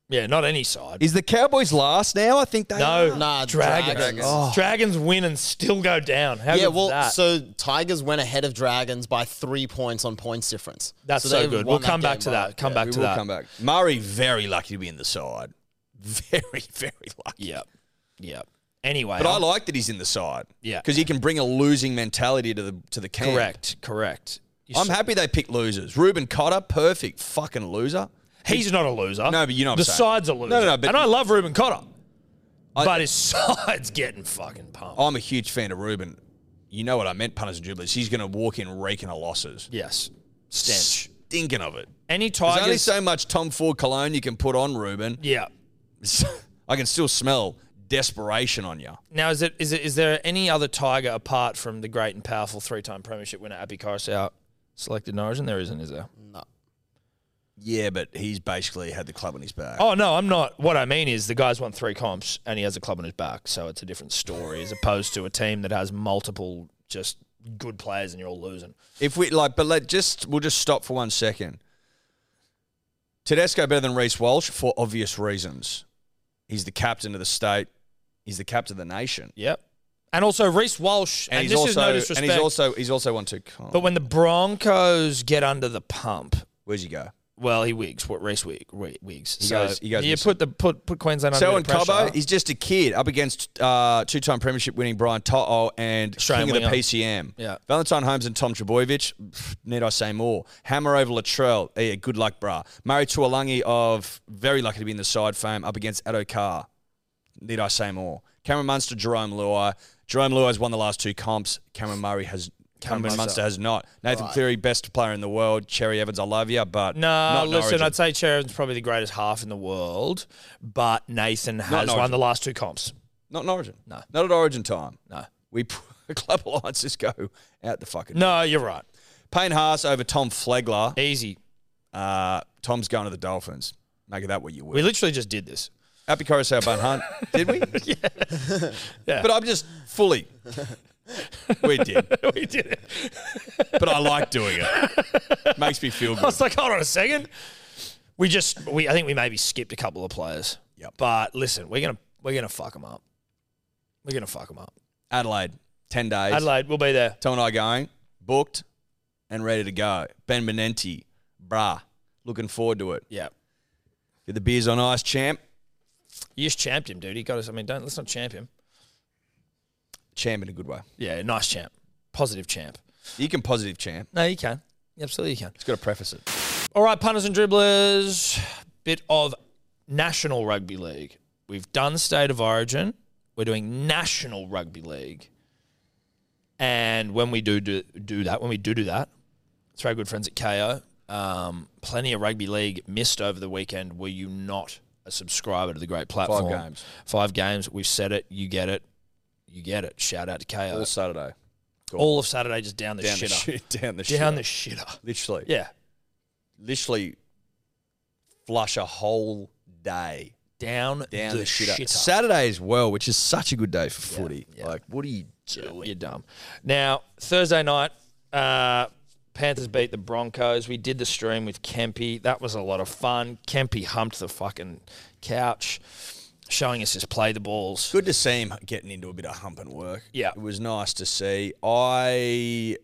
yeah, not any side. Is the Cowboys last now? I think they No, are. Nah, Oh, dragons. Dragons. Dragons. Oh. win and still go down. How yeah, good's well, that? so Tigers went ahead of Dragons by three points on points difference. that's so, they good. won We'll that come game back to by- that. Come Yeah, back we to will that. Come back. Murray very lucky to be in the side. Very very lucky. Yep. Yep. Anyway, But I I'm- like that he's in the side. Yeah. because he can bring a losing mentality to the to the camp. correct. Correct. You I'm happy they picked losers. Ruben Cotter, perfect fucking loser. He's not a loser. No, but you know what the I'm saying. side's a loser. No, no, no, but- and I love Ruben Cotter, I- Oh. but his side's getting fucking pumped. I'm a huge fan of Ruben. You know what I meant, punters and dribblers. He's going to walk in raking of losses. yes, stench. Stinking of it. Any There's only Tigers? so much Tom Ford cologne you can put on, Ruben. yeah. I can still smell desperation on you. Now is it is it is there any other Tiger apart from the great and powerful three-time Premiership winner Abby Coruscant selected in Origin? There isn't, is there? Yeah, but he's basically had the club on his back. Oh no, I'm not. What I mean is the guy's won three comps and he has a club on his back, so it's a different story as opposed to a team that has multiple just good players and you're all losing. If we like, but let just we'll just stop for one second. Tedesco better than Reese Walsh for obvious reasons. He's the captain of the state. He's the captain of the nation. Yep. And also Reese Walsh, and, he's this also is no disrespect, and he's also he's also won two. Comp. but when the Broncos get under the pump, Where's he go? well, he wigs. What Reese wig, wi- wigs? He so goes- he goes you missing. put the put put Queensland under So the and pressure. Cobbo, he's just a kid up against uh, two-time premiership winning Brian To'o and Australian king of the winger. PCM. Yeah. Valentine Holmes and Tom Trebojevic, pff, need I say more? Hammer over Latrell, yeah, good luck, brah. Murray Tuolungi of very lucky to be in the side fame up against Addo Carr. Need I say more? Cameron Munster, Jerome Luai. Jerome Luai's won the last two comps. Cameron Murray has. Cameron Munster. has not. Nathan Cleary, best player in the world. Cherry Evans, I love you, but No, not in listen, Origin. I'd say Sheridan's probably the greatest half in the world, but Nathan has in won Origin. the last two comps. Not in Origin. No. Not at Origin time. No. We club alliances go out the fucking. No, you're right. Payne Haas over Tom Flegler. Easy. Uh, Tom's going to the Dolphins. Make it that what you will. We literally just did this. Happy Coruscant Bun Hunt. Did we? yeah. But I'm just fully. We did. we did it. But I like doing it. Makes me feel I good. was like, hold on a second. We just, we I think we maybe skipped a couple of players. Yep. But listen, we're gonna we're gonna fuck them up. We're gonna fuck them up. Adelaide, 10 days. Adelaide, we'll be there. Tom and I going, booked and ready to go. Ben Benenti, brah. Looking forward to it. Yeah. Get the beers on ice, champ. You just champed him, dude. He got us. I mean, don't let's not champ him. Champ in a good way. Yeah, nice champ. Positive champ. You can positive champ. No, you can. Absolutely, you can. It's got to preface it. All right, punters and dribblers, bit of National Rugby League. We've done State of Origin. We're doing National Rugby League. And when we do do, do that, when we do do that, it's our good friends at KO. Um, plenty of rugby league missed over the weekend. Were you not a subscriber to the great platform? games. Five games. We've said it. You get it. You get it. Shout out to KO. All Saturday. All of Saturday, just down the Down the shitter. shit. Down the down shitter. the shitter. literally. Yeah. Literally flush a whole day Down, down the, the, shitter. shitter. Saturday as well, which is such a good day for footy. Like, what are you doing? You're dumb. Now, Thursday night, uh, Panthers beat the Broncos. We did the stream with Kempy. That was a lot of fun. Kempy humped the fucking couch, showing us his play the balls. Good to see him getting into a bit of hump and work. Yeah. It was nice to see. I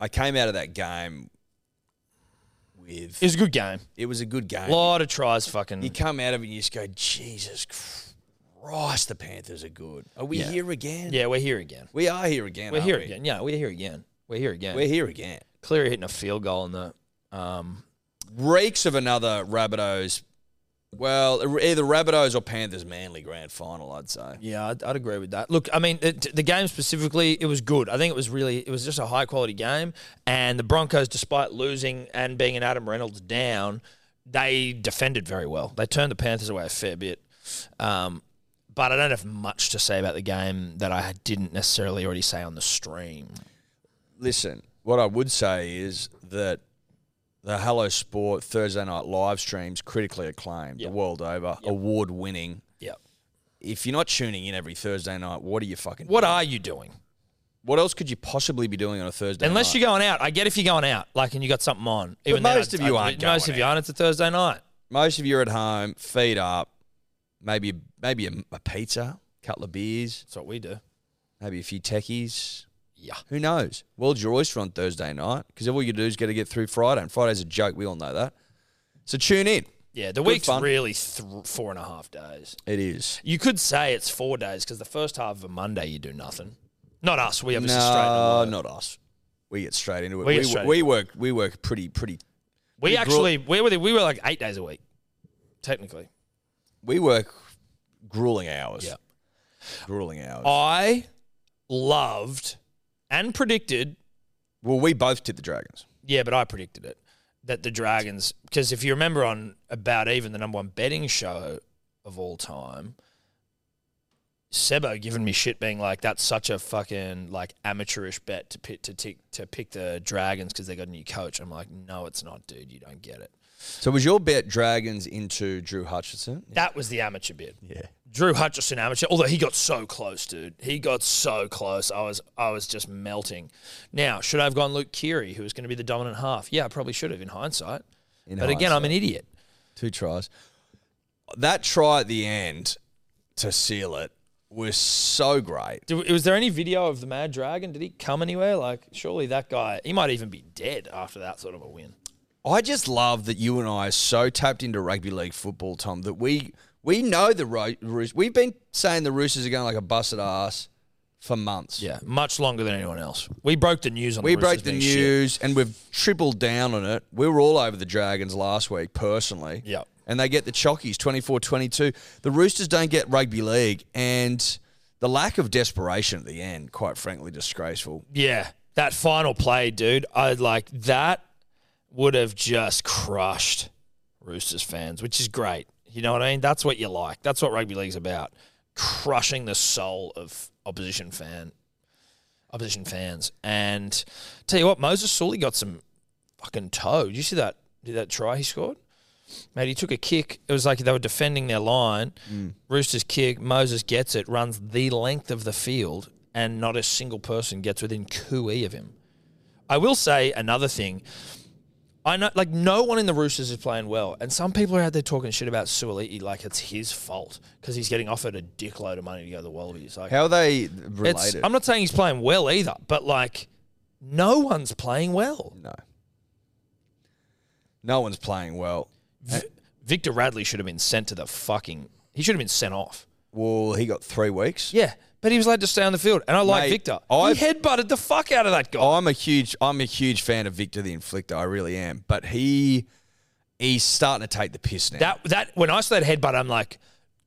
I came out of that game with It was a good game. it was a good game. A lot of tries, You fucking. come out of it and you just go, Jesus Christ, the Panthers are good. Are we Yeah. here again? Yeah, we're here again. We are here again. We're aren't here we? again. Yeah, we're here again. We're here again. We're here again. Cleary hitting a field goal in the. Um, reeks of another Rabbitohs. Well, e-, either Rabbitohs or Panthers Manly grand final, I'd say. yeah, I'd, I'd agree with that. Look, I mean, it, the game specifically, it was good. I think it was really, it was just a high quality game. And the Broncos, despite losing and being an Adam Reynolds down, they defended very well. They turned the Panthers away a fair bit. Um, but I don't have much to say about the game that I didn't necessarily already say on the stream. Listen, what I would say is that the Hello Sport Thursday night live streams critically acclaimed the world over, award winning. Yeah. If you're not tuning in every Thursday night, what are you fucking? What are you doing? What else could you possibly be doing on a Thursday? Unless night? you're going out. I get if you're going out, like, and you got something on. Even then, most I'd- of you I'd- aren't Most going of you aren't. It's a Thursday night. most of you are at home, feet up, maybe maybe a, a pizza, couple of beers, That's what we do. maybe a few techies. Yeah. Who knows? World's your oyster on Thursday night because all you do is got to get through Friday, and Friday's a joke. We all know that. So tune in. Yeah. The week's fun. really th- four and a half days. It is. You could say it's four days because the first half of a Monday you do nothing. Not us. We obviously straight. into No, work. not us. We get straight into We it. We, get we, straight work. We work pretty pretty. We We actually we were the, we were like eight days a week, technically. We work grueling hours. Yeah. Oh. grueling hours. I loved and predicted. well, we both did the Dragons. Yeah, but I predicted it that the Dragons because if you remember on about even the number one betting show of all time. Sebo giving me shit, being like, "That's such a fucking like amateurish bet to pick to tick to pick the Dragons because they got a new coach." I'm like, "No, it's not, dude. You don't get it." So was your bet Dragons into Drew Hutchinson? That was the amateur bid. Yeah. Drew Hutchison amateur, although he got so close, dude. He got so close. I was I was just melting. Now, should I have gone Luke Keary, who was going to be the dominant half? Yeah, I probably should have in hindsight. In but again, I'm an idiot. Two tries. That try at the end to seal it was so great. Do, was there any video of the Mad Dragon? Did he come anywhere? Like, surely that guy, he might even be dead after that sort of a win. I just love that you and I are so tapped into rugby league football, Tom, that we we know the Ro- Roosters. We've been saying the Roosters are going like a busted ass for months. Yeah, much longer than anyone else. We broke the news on We the broke Roosters the being shit. news and we've tripled down on it. We were all over the Dragons last week, personally. Yep. And they get the Chockies 24 22. The Roosters don't get rugby league. And the lack of desperation at the end, quite frankly, disgraceful. Yeah, that final play, dude. I like that would have just crushed Roosters fans, which is great. You know what I mean? That's what you like. That's what rugby league's about. Crushing the soul of opposition fan opposition fans. And tell you what, Moses Sully got some fucking toe. Did you see that did that try he scored? Mate, he took a kick. It was like they were defending their line. Roosters kick. Moses gets it, runs the length of the field, and not a single person gets within cooey of him. I will say another thing. I know, like, no one in the Roosters is playing well, and some people are out there talking shit about Suoliti like it's his fault because he's getting offered a dickload of money to go to the Wallabies. Like, How are they it's, related? I'm not saying he's playing well either, but like, no one's playing well. no. No one's playing well. V- Victor Radley should have been sent to the fucking. He should have been sent off. Well, he got three weeks. Yeah, but he was allowed to stay on the field, and I like Mate, Victor. I've- he headbutted the fuck out of that guy. I'm a huge I'm a huge fan of Victor the Inflictor. I really am. But he he's starting to take the piss now. That that when I saw that headbutt, I'm like,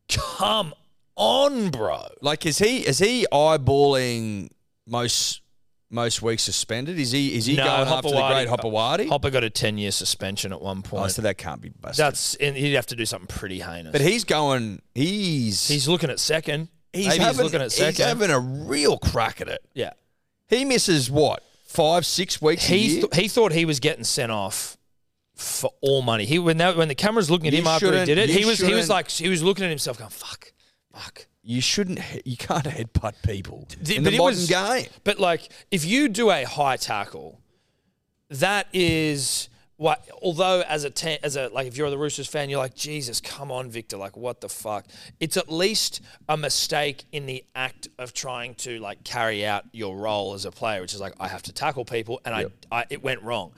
come on, bro. Like, is he is he eyeballing most most weeks suspended? Is he is he going after the great Hopperwadi? Hopper got a ten year suspension at one point. oh, so that can't be busted. That's and he'd have to do something pretty heinous. but he's going. He's he's looking at second. he's, Maybe having, he's looking at second. he's having a real crack at it. yeah. He misses what five six weeks. a He year? th- he thought he was getting sent off for all money. He when that, when the cameras looking at You him after he shouldn't- did it, you he was he was shouldn't- like he was looking at himself going fuck, fuck. you shouldn't. he- You can't headbutt people The- in but the it modern was- game. But like, if you do a high tackle, that is what. Although as a ten, as a like, if you're the Roosters fan, you're like, Jesus, come on, Victor, like, what the fuck? It's at least a mistake in the act of trying to like carry out your role as a player, which is like, I have to tackle people, and I, I, it went wrong.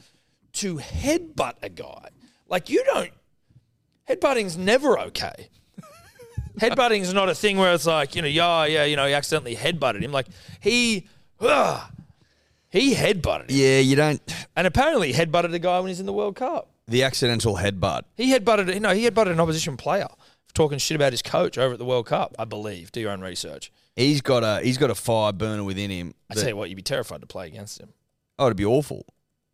To headbutt a guy, like you don't. Headbutting's never okay. Headbutting's not a thing where it's like, you know, yeah, yeah, you know, he accidentally headbutted him. Like, he, ugh, he headbutted him. Yeah, you don't. And apparently he headbutted a guy when he's in the World Cup. The accidental headbutt. He headbutted, you know, he headbutted an opposition player for talking shit about his coach over at the World Cup, I believe. Do your own research. He's got a he's got a fire burner within him. I that- tell you what, you'd be terrified to play against him, oh, it'd be awful.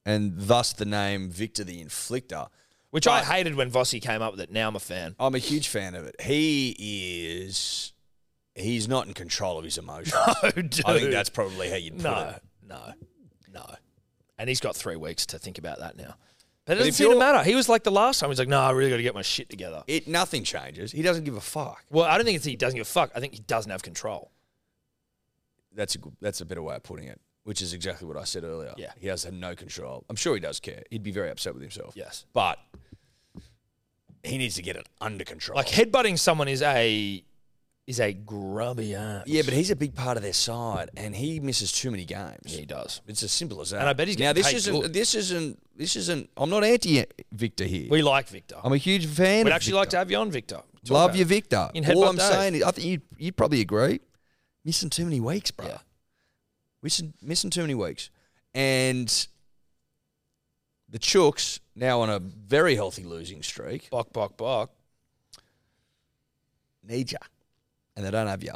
And thus the name Victor the Inflictor. which I hated when Vossi came up with it. Now I'm a fan. I'm a huge fan of it. He is. He's not in control of his emotions. Oh, dude. I think that's probably how you'd put no, it. no, no. and he's got three weeks to think about that now. But it doesn't if seem to you're- matter. He was like the last time. He's like, no, I really got to get my shit together. It nothing changes. He doesn't give a fuck. Well, I don't think it's he doesn't give a fuck. I think he doesn't have control. That's a good, that's a better way of putting it, which is exactly what I said earlier. Yeah. he does have no control. I'm sure he does care. He'd be very upset with himself. Yes. but he needs to get it under control. Like headbutting someone is a is a grubby ass. yeah, but he's a big part of their side, and he misses too many games. he does. It's as simple as that. And I bet he's now. getting This paid isn't. good. This isn't. This isn't. I'm not anti Victor here. We like Victor. I'm a huge fan. We'd of actually Victor. like to have you on, Victor. Talk Love about you, it. Victor. In All Headbutt I'm Dave. saying is, I think you you probably agree. Missing too many weeks, bro. Yeah. Missing missing too many weeks, and the Chooks now on a very healthy losing streak Bok, bok, bok. need you, and they don't have you,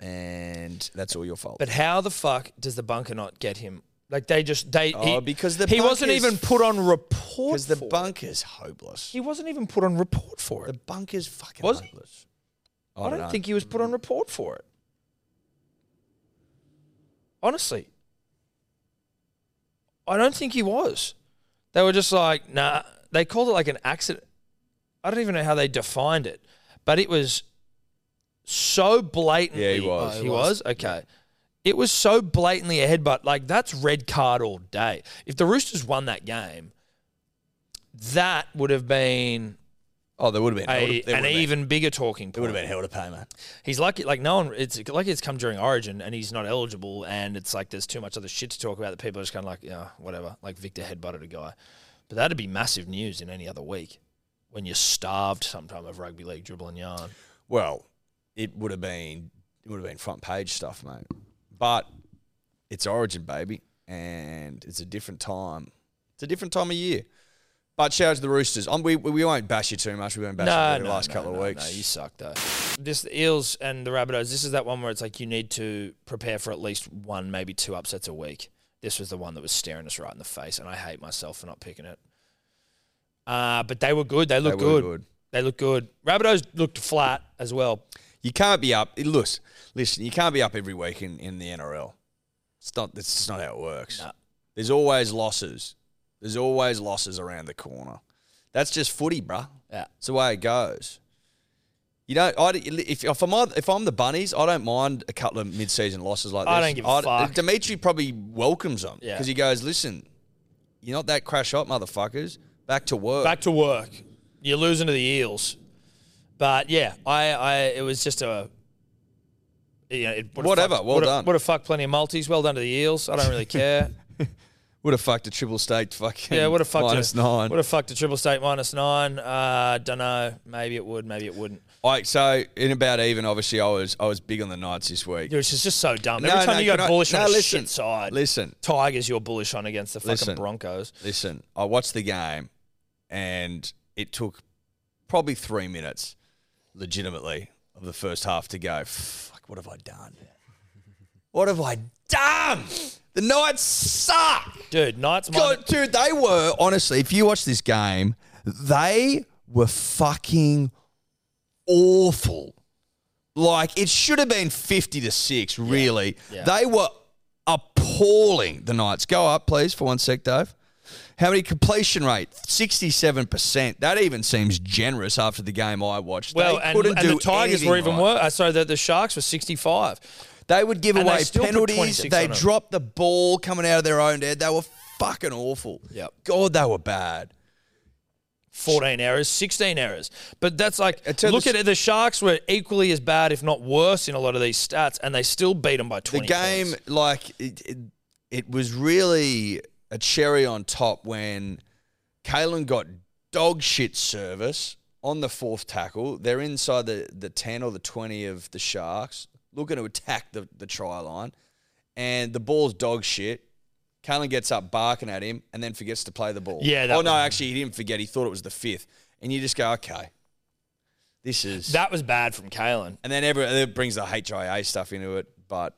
and that's all your fault. But how the fuck does the bunker not get him? Like they just they Oh, he, because the he wasn't bunker's- even put on report because the for it. bunker's hopeless. he wasn't even put on report for The it. bunker's fucking Was he? hopeless. I don't, know. think he was put on report for it. Honestly, I don't think he was. They were just like, nah. They called it like an accident. I don't even know how they defined it, but it was so blatantly. Oh, Yeah, he was. He was okay. It was so blatantly a headbutt. Like that's red card all day. If the Roosters won that game, that would have been Oh, there would have been there a, would've- there an would've been- even bigger talking point. there would have been hell to pay, mate. He's lucky, like no one. It's like it's come during Origin, and he's not eligible, and it's like there's too much other shit to talk about. That people are just kind of like, yeah, whatever. Like Victor headbutted a guy, but that'd be massive news in any other week when you're starved sometime of rugby league dribbling yarn. Well, it would have been it would have been front page stuff, mate. But it's Origin, baby, and it's a different time. It's a different time of year. But shout out to the Roosters. Um, we, we won't bash you too much. We've been bashing you No, for no, the last no, couple no, of weeks. No, you suck though. This the Eels and the Rabbitohs. This is that one where it's like you need to prepare for at least one, maybe two upsets a week. This was the one that was staring us right in the face, and I hate myself for not picking it. Uh, but they were good. They They looked were good. They look good. Rabbitohs looked flat as well. You can't be up. It, look, listen, you can't be up every week in, in the NRL. It's not. That's just not how it works. No. There's always losses. There's always losses around the corner. That's just footy, bruh. Yeah. It's the way it goes. You don't. I, if, if I'm on- if I'm the bunnies, I don't mind a couple of mid-season losses like this. I don't give a fuck. Dimitri probably welcomes them Yeah. because he goes, "Listen, you're not that crash hot, motherfuckers. Back to work." Back to work. You're losing to the Eels. But yeah, I, I it was just a you know, it would've Whatever, fucked- well would've- done. Would've fucked plenty of multis. Well done to the Eels. I don't really care. would have fucked a triple state. Fucking yeah, would have fucked minus a, nine. Would have fucked a triple state minus nine. Uh, don't know. Maybe it would. Maybe it wouldn't. All right, so in about even, obviously, I was I was big on the Knights this week. It was just, just so dumb. No, Every time no, you go can I- bullish no, on a listen, shit side, Listen, Tigers you're bullish on against the fucking Listen. Broncos. listen. I watched the game, and it took probably three minutes, legitimately, of the first half to go. Fuck! What have I done? What have I done? The Knights suck. Dude, Knights minus, God, dude, they were honestly. If you watch this game, they were fucking awful. Like it should have been fifty to six. Really, yeah. they were appalling. The Knights go up, please, for one sec, Dave. How many completion rate? Sixty-seven percent. That even seems generous after the game I watched. Well, they and, couldn't and do the Tigers were anything even right. worse. Uh, sorry, the, the Sharks were 65. They would give And they away still put penalties. 26 They on 'em. dropped the ball coming out of their own head. They were fucking awful. Yep. God, they were bad. 14 errors, 16 errors. But that's like, I tell look the- at it. The Sharks were equally as bad, if not worse, in a lot of these stats, and they still beat them by The 20. game, points. like it, it, it was really a cherry on top when Kalen got dog shit service on the fourth tackle. They're inside the, the ten or the twenty of the Sharks, looking to attack the, the try line, and the ball's dog shit. Kalen gets up barking at him and then forgets to play the ball. Yeah, that Oh no, was- actually he didn't forget. He thought it was the fifth, and you just go, okay, this is That was bad from Kalen. and then every, it brings the HIA stuff into it, but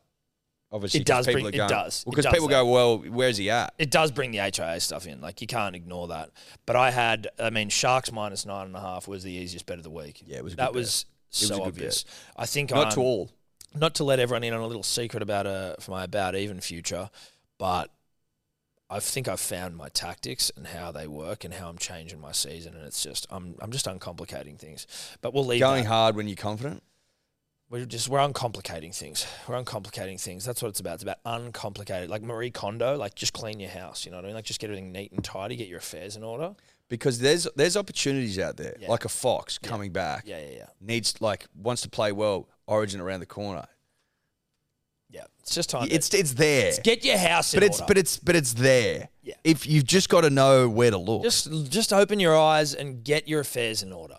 obviously It does 'cause people bring- are going, it does. It because does people go, well, where's he at? It does bring the HIA stuff in. Like, you can't ignore that. But I had, I mean, Sharks minus nine and a half was the easiest bet of the week. Yeah, it was a good That bet. was was so a good obvious. I think Not I'm, to all. not to let everyone in on a little secret about uh for my about even future, but I think I've found my tactics and how they work and how I'm changing my season, and it's just I'm I'm just uncomplicating things. But we'll leave Going that. hard when you're confident. We're just we're uncomplicating things. We're uncomplicating things. That's what it's about. It's about uncomplicated. Like Marie Kondo, like just clean your house. You know what I mean? Like just get everything neat and tidy. Get your affairs in order. Because there's there's opportunities out there, Yeah. like a fox coming back Yeah, yeah, yeah, needs like wants to play well. Origin around the corner. yeah. It's just time. It's it's there, to get your house in but it's order. but it's but it's there. Yeah. If you've just got to know where to look, just just open your eyes and get your affairs in order.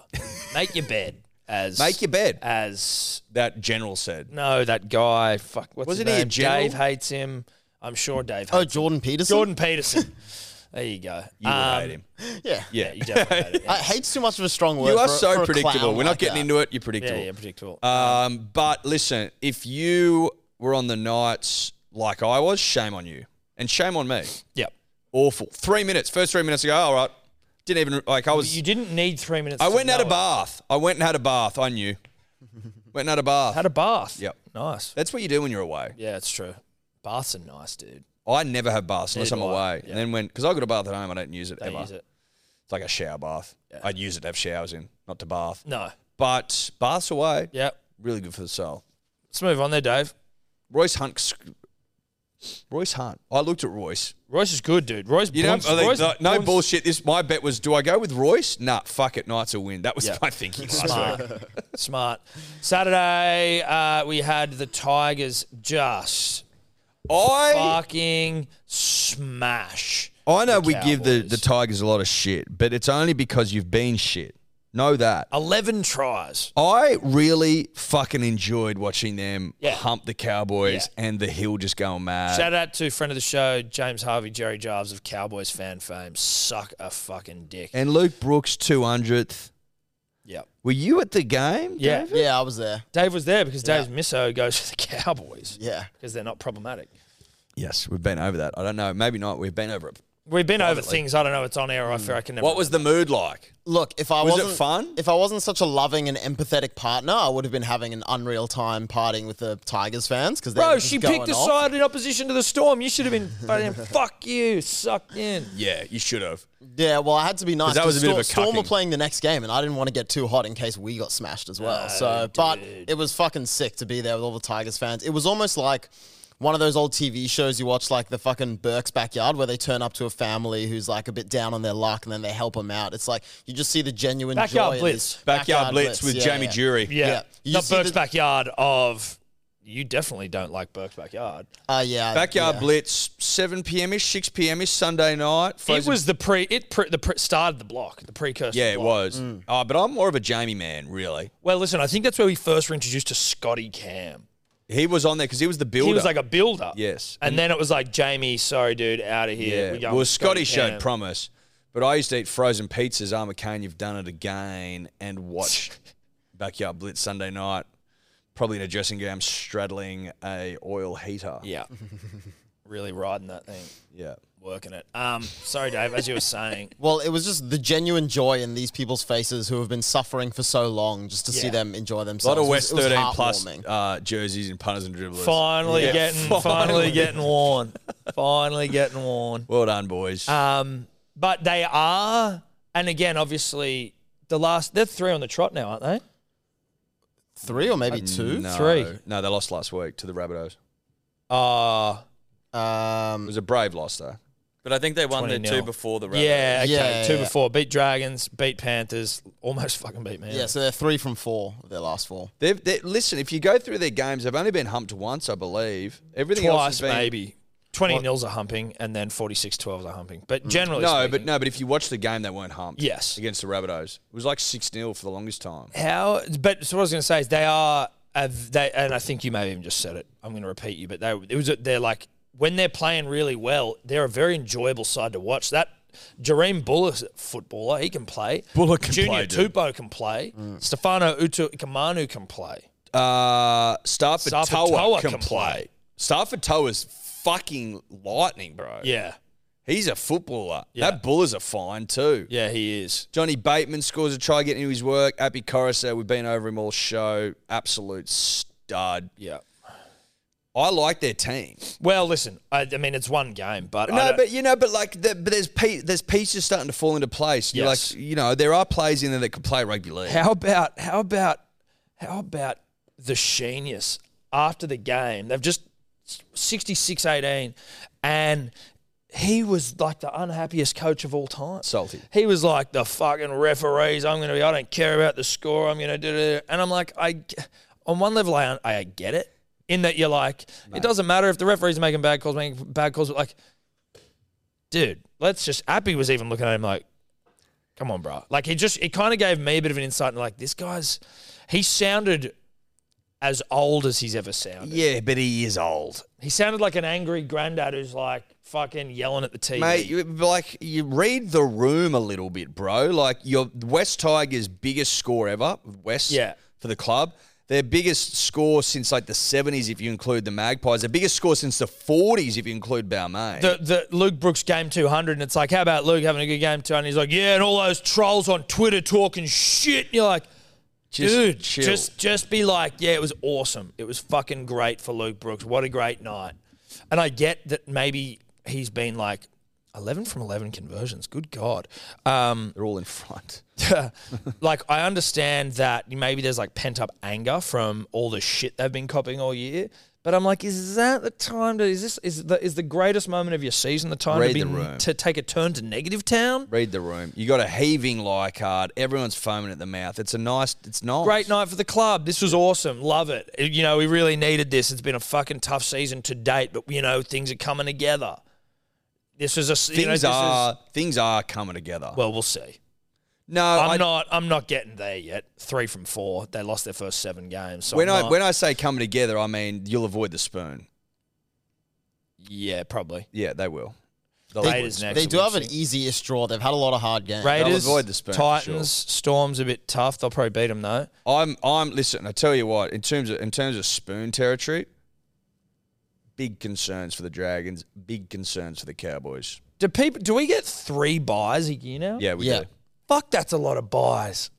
Make your bed. As make your bed. as that general said. No, that guy. Fuck. What's Wasn't his he a name? general? Dave hates him. I'm sure Dave. Hates Oh, him. Jordan Peterson. Jordan Peterson. there you go. You would Um, hate him. Yeah. Yeah, you definitely hate him. I, hate's too much of a strong word. You are for a- so for a predictable. clown We're not like getting that. into it. You're predictable. Yeah, yeah, predictable. Um, but listen, if you were on the nights like I was, shame on you, and shame on me. yep. Awful. Three minutes. First three minutes ago. All right. Didn't even like I was. You didn't need three minutes. I to went and had know a it. bath. I went and had a bath. I knew. went and had a bath. Had a bath. Yep. Nice. That's what you do when you're away. Yeah, it's true. Baths are nice, dude. I never have baths unless Neither I'm do I. away. Yeah. And then when because I got a bath at home, I don't use it They ever. use it. It's like a shower bath. I'd use it to have showers in, not to bath. No. But baths away, Yep. really good for the soul. Let's move on there, Dave. Royce Hunt. sc- Royce Hunt. I looked at Royce. Royce is good, dude. Royce. You know, Bounce- I think- Royce no- no Bounce- bullshit. This my bet was: do I go with Royce? Nah, fuck it. Knights will win. That was Yeah. my thinking last week. Smart. Smart. Saturday, uh, we had the Tigers just I fucking smash. I know we the give the, the Cowboys. Tigers a lot of shit, but it's only because you've been shit. Know that. 11 tries. I really fucking enjoyed watching them Yeah. hump the Cowboys and the Hill just going mad. Shout out to friend of the show, James Harvey, Jerry Jarves of Cowboys fan fame. Suck a fucking dick. and Luke Brooks, 200th. yep. Were you at the game? Yeah. David? Yeah, I was there. Dave was there because Dave's misso goes to the Cowboys Yeah. because they're not problematic. Yes, we've been over that. I don't know. Maybe not. We've been over it. We've been over things. I don't know. It's on air. I Hmm. fear I can never. What was the mood like? Look, if I Was it wasn't fun? if I wasn't such a loving and empathetic partner, I would have been having an unreal time partying with the Tigers fans because Bro, Oh, she picked a side in opposition to the Storm. You should have been fucking fuck you, sucked in. Yeah, you should have. Yeah, well, I had to be nice. that 'cause was a bit of a Storm, Storm were cucking. playing the next game, and I didn't want to get too hot in case we got smashed as well. so, but it was fucking sick to be there with all the Tigers fans. It was almost like one of those old TV shows you watch, like the fucking Burke's Backyard, where they turn up to a family who's like a bit down on their luck, and then they help them out. It's like you just see the genuine Backyard joy. in Blitz. this- Backyard, Blitz, with yeah, Jamie yeah. Jury. Yeah. Yeah. You Not see Burke's the- backyard of. You definitely don't like Burke's backyard. Uh, yeah, Backyard yeah. Blitz, 7 p.m ish, 6 p.m ish, Sunday night. It Frozen- was the pre. It pre, the pre, started the block. The precursor. Yeah, it block. was. Oh, but I'm more of a Jamie man, really. Well, listen. I think that's where we first were introduced to Scotty Cam. He was on there because he was the builder. He was like a builder. Yes. And then it was like, Jamie, sorry, dude, out of yeah. here. well, Cam. Scotty showed promise. But I used to eat frozen pizzas. I'm a cane, you've done it again, and watch Backyard Blitz Sunday night. Probably in a dressing gown, straddling a oil heater. Yeah. really riding that thing, Yeah. working it. Um, sorry, Dave, as you were saying. Well, it was just the genuine joy in these people's faces who have been suffering for so long, just to see Yeah. them A enjoy lot themselves. of It was- West it was 13 plus heartwarming. uh, jerseys and punters and dribblers. Finally Yeah, getting finally. finally. getting worn. finally getting worn. Well done, boys. Um, but they are and again, obviously the last they're three on the trot now, aren't they? Three or maybe two. no, three. No, they lost last week to the Rabbitohs. Uh It Um, was a brave loss, though. But I think they won the 20-0. two before the round. yeah, okay. Yeah, two yeah. before. Beat Dragons, beat Panthers, almost fucking beat man. yeah, so they're three from four. of Their last four. They've, they, listen, if you go through their games, they've only been humped once, I believe. Everything else has Twice been, maybe. 20 nils are humping and then 46 12s are humping. But generally No, speaking- but no, but if you watch the game, they weren't humped. Yes. against the Rabbitohs, it was like six 0 for the longest time. How? But so what I was going to say is they are. Uh, they and I think you may have even just said it. I'm going to repeat you, but they it was they're like when they're playing really well, they're a very enjoyable side to watch. That Jareem Bullock's a footballer, he can play. Bullock can Junior play, dude. Tupou can play. Stefano Utukamanu can play. Uh, Stafford Stafford Toa Toa can, can play. play. Stafford Toa's fucking lightning, bro. Yeah, he's a footballer. Yeah. That buller's a fine too. yeah, he is. Johnny Bateman scores a try getting into his work. uh, Appy Coruscant, we've been over him all show. Absolute stud. Yeah, I like their team. Well, listen, I, I mean, it's one game, but I No, don't- but you know, but like, the, but there's pe- there's pieces starting to fall into place. You're Yes. like, you know, there are players in there that could play rugby league. How about how about how about the genius after the game? They've just 66-18 and he was like the unhappiest coach of all time. Salty. He was like the fucking referees. I'm gonna be. I don't care about the score. I'm gonna do it. And I'm like, I g- on one level, I I get it. In that you're like, it doesn't matter if the referees making bad calls, making bad calls. But like, dude, let's just. Appy was even looking at him like, come on, bro. Like he just, it kind of gave me a bit of an insight. And like this guy's, he sounded as old as he's ever sounded. Yeah, but he is old, He sounded like an angry granddad who's like fucking yelling at the TV. mate. You, like, you read the room a little bit, bro. Like, your West Tigers' biggest score ever, West, Yeah. for the club. Their biggest score since like the seventies, if you include the Magpies. Their biggest score since the forties, if you include Balmain. the, the Luke Brooks game 200, and it's like, how about Luke having a good game too? And he's like, yeah, and all those trolls on Twitter talking shit. And you're like, Just dude, chill. just just be like, yeah, it was awesome. It was fucking great for Luke Brooks. What a great night. And I get that maybe he's been like 11 from 11 conversions. Good God. Um, They're all in front. like I understand that maybe there's like pent up anger from all the shit they've been copying all year. But I'm like, is that the time to? Is this is the is the greatest moment of your season the time to Read be the room. to take a turn to negative town? Read the room. You got a heaving Leichardt. Everyone's foaming at the mouth. It's a nice. It's nice. Great night for the club. This was awesome. Love it. Uh, You know, we really needed this. It's been a fucking tough season to date, but you know, things are coming together. This is a s- you know, Things this is- are things are coming together. well, we'll see. no, I'm I- not. I'm not getting there yet. Three from four. They lost their first seven games. So When I'm I not- when I say coming together, I mean you'll avoid the spoon. yeah, probably. Yeah, they will. They'll avoid Raiders the next. They do we'll have an see. easiest draw. They've had a lot of hard games. Raiders, avoid the Spurs, for Titans, sure. Storm's a bit tough. They'll probably beat them though. spoon. I'm I'm listen. I tell you what, in terms of in terms of spoon territory, big concerns for the Dragons. Big concerns for the Cowboys. Do people? Do we get three buys a year now? Yeah, we Yeah. do. Fuck, that's a lot of buys.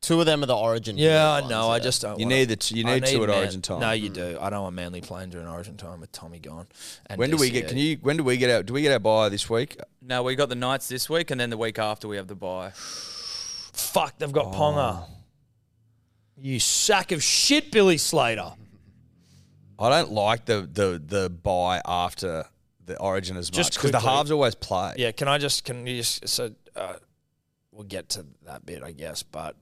Two of them are the origin. Yeah, I ones, know. I yeah. just don't. You wanna- need the t- you I need two at Man- Origin time. No, you do. I don't want Manly playing during Origin time with Tommy gone. And When do we DCE. get? Can you? When do we get out? Do we get our buy this week? No, we got the Knights this week, and then the week after we have the bye. Fuck, they've got Oh. Ponga. You sack of shit, Billy Slater. I don't like the the the buy after the Origin as much Just because the quickly. halves always play. Yeah, can I just can you just so uh, we'll get to that bit, I guess. But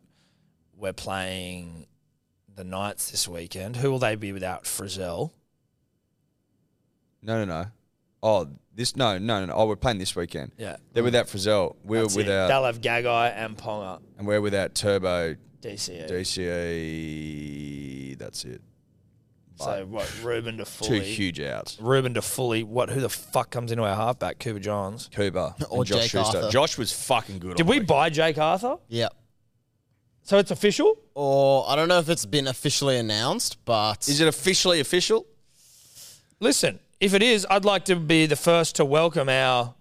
we're playing the Knights this weekend. Who will they be without Frizzell? No, no, no. Oh, this no, no, no. no. Oh, we're playing this weekend. Yeah, They're without Frizzell. We're that's it. without, They'll have Gagai and Ponga. E. and we're without Turbo DCE. E. DCA. That's it. so what? Ruben to Two fully. huge outs. Ruben to fully. What? Who the fuck comes into our halfback? Cooper Johns. Cooper Or and Josh Jake Schuster. Arthur. Josh was fucking good. Did on we the buy Jake Arthur? Yeah. So it's official. Or I don't know if it's been officially announced, but weekend. Is it officially official? Listen, if it is, I'd like to be the first to welcome our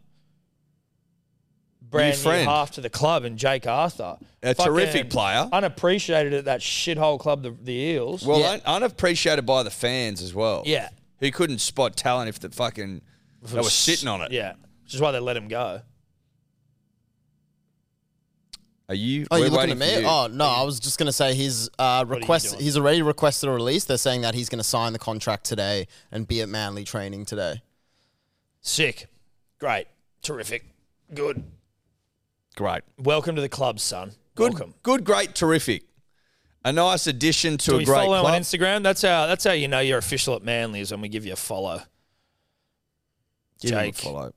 brand new, friend. half to the club and Jake Arthur. A terrific player. Unappreciated at that shithole club, the, the Eels. Well, Yeah. un- unappreciated by the fans as well. yeah. Who couldn't spot talent if the fucking they were sitting on it? Yeah. Which is why they let him go. Are you? Oh, we're you're looking waiting at for me? you. Oh no, I was just gonna say he's uh, you request. doing? He's already requested a release. They're saying that he's gonna sign the contract today and be at Manly training today. Sick. Great. Terrific. Good. great. Welcome to the club, son. Good, Welcome. good, great, terrific. A nice addition to Do a we great follow him on club. Instagram? That's how that's how you know you're official at Manly is when we give you a follow. Give him a Jake. follow.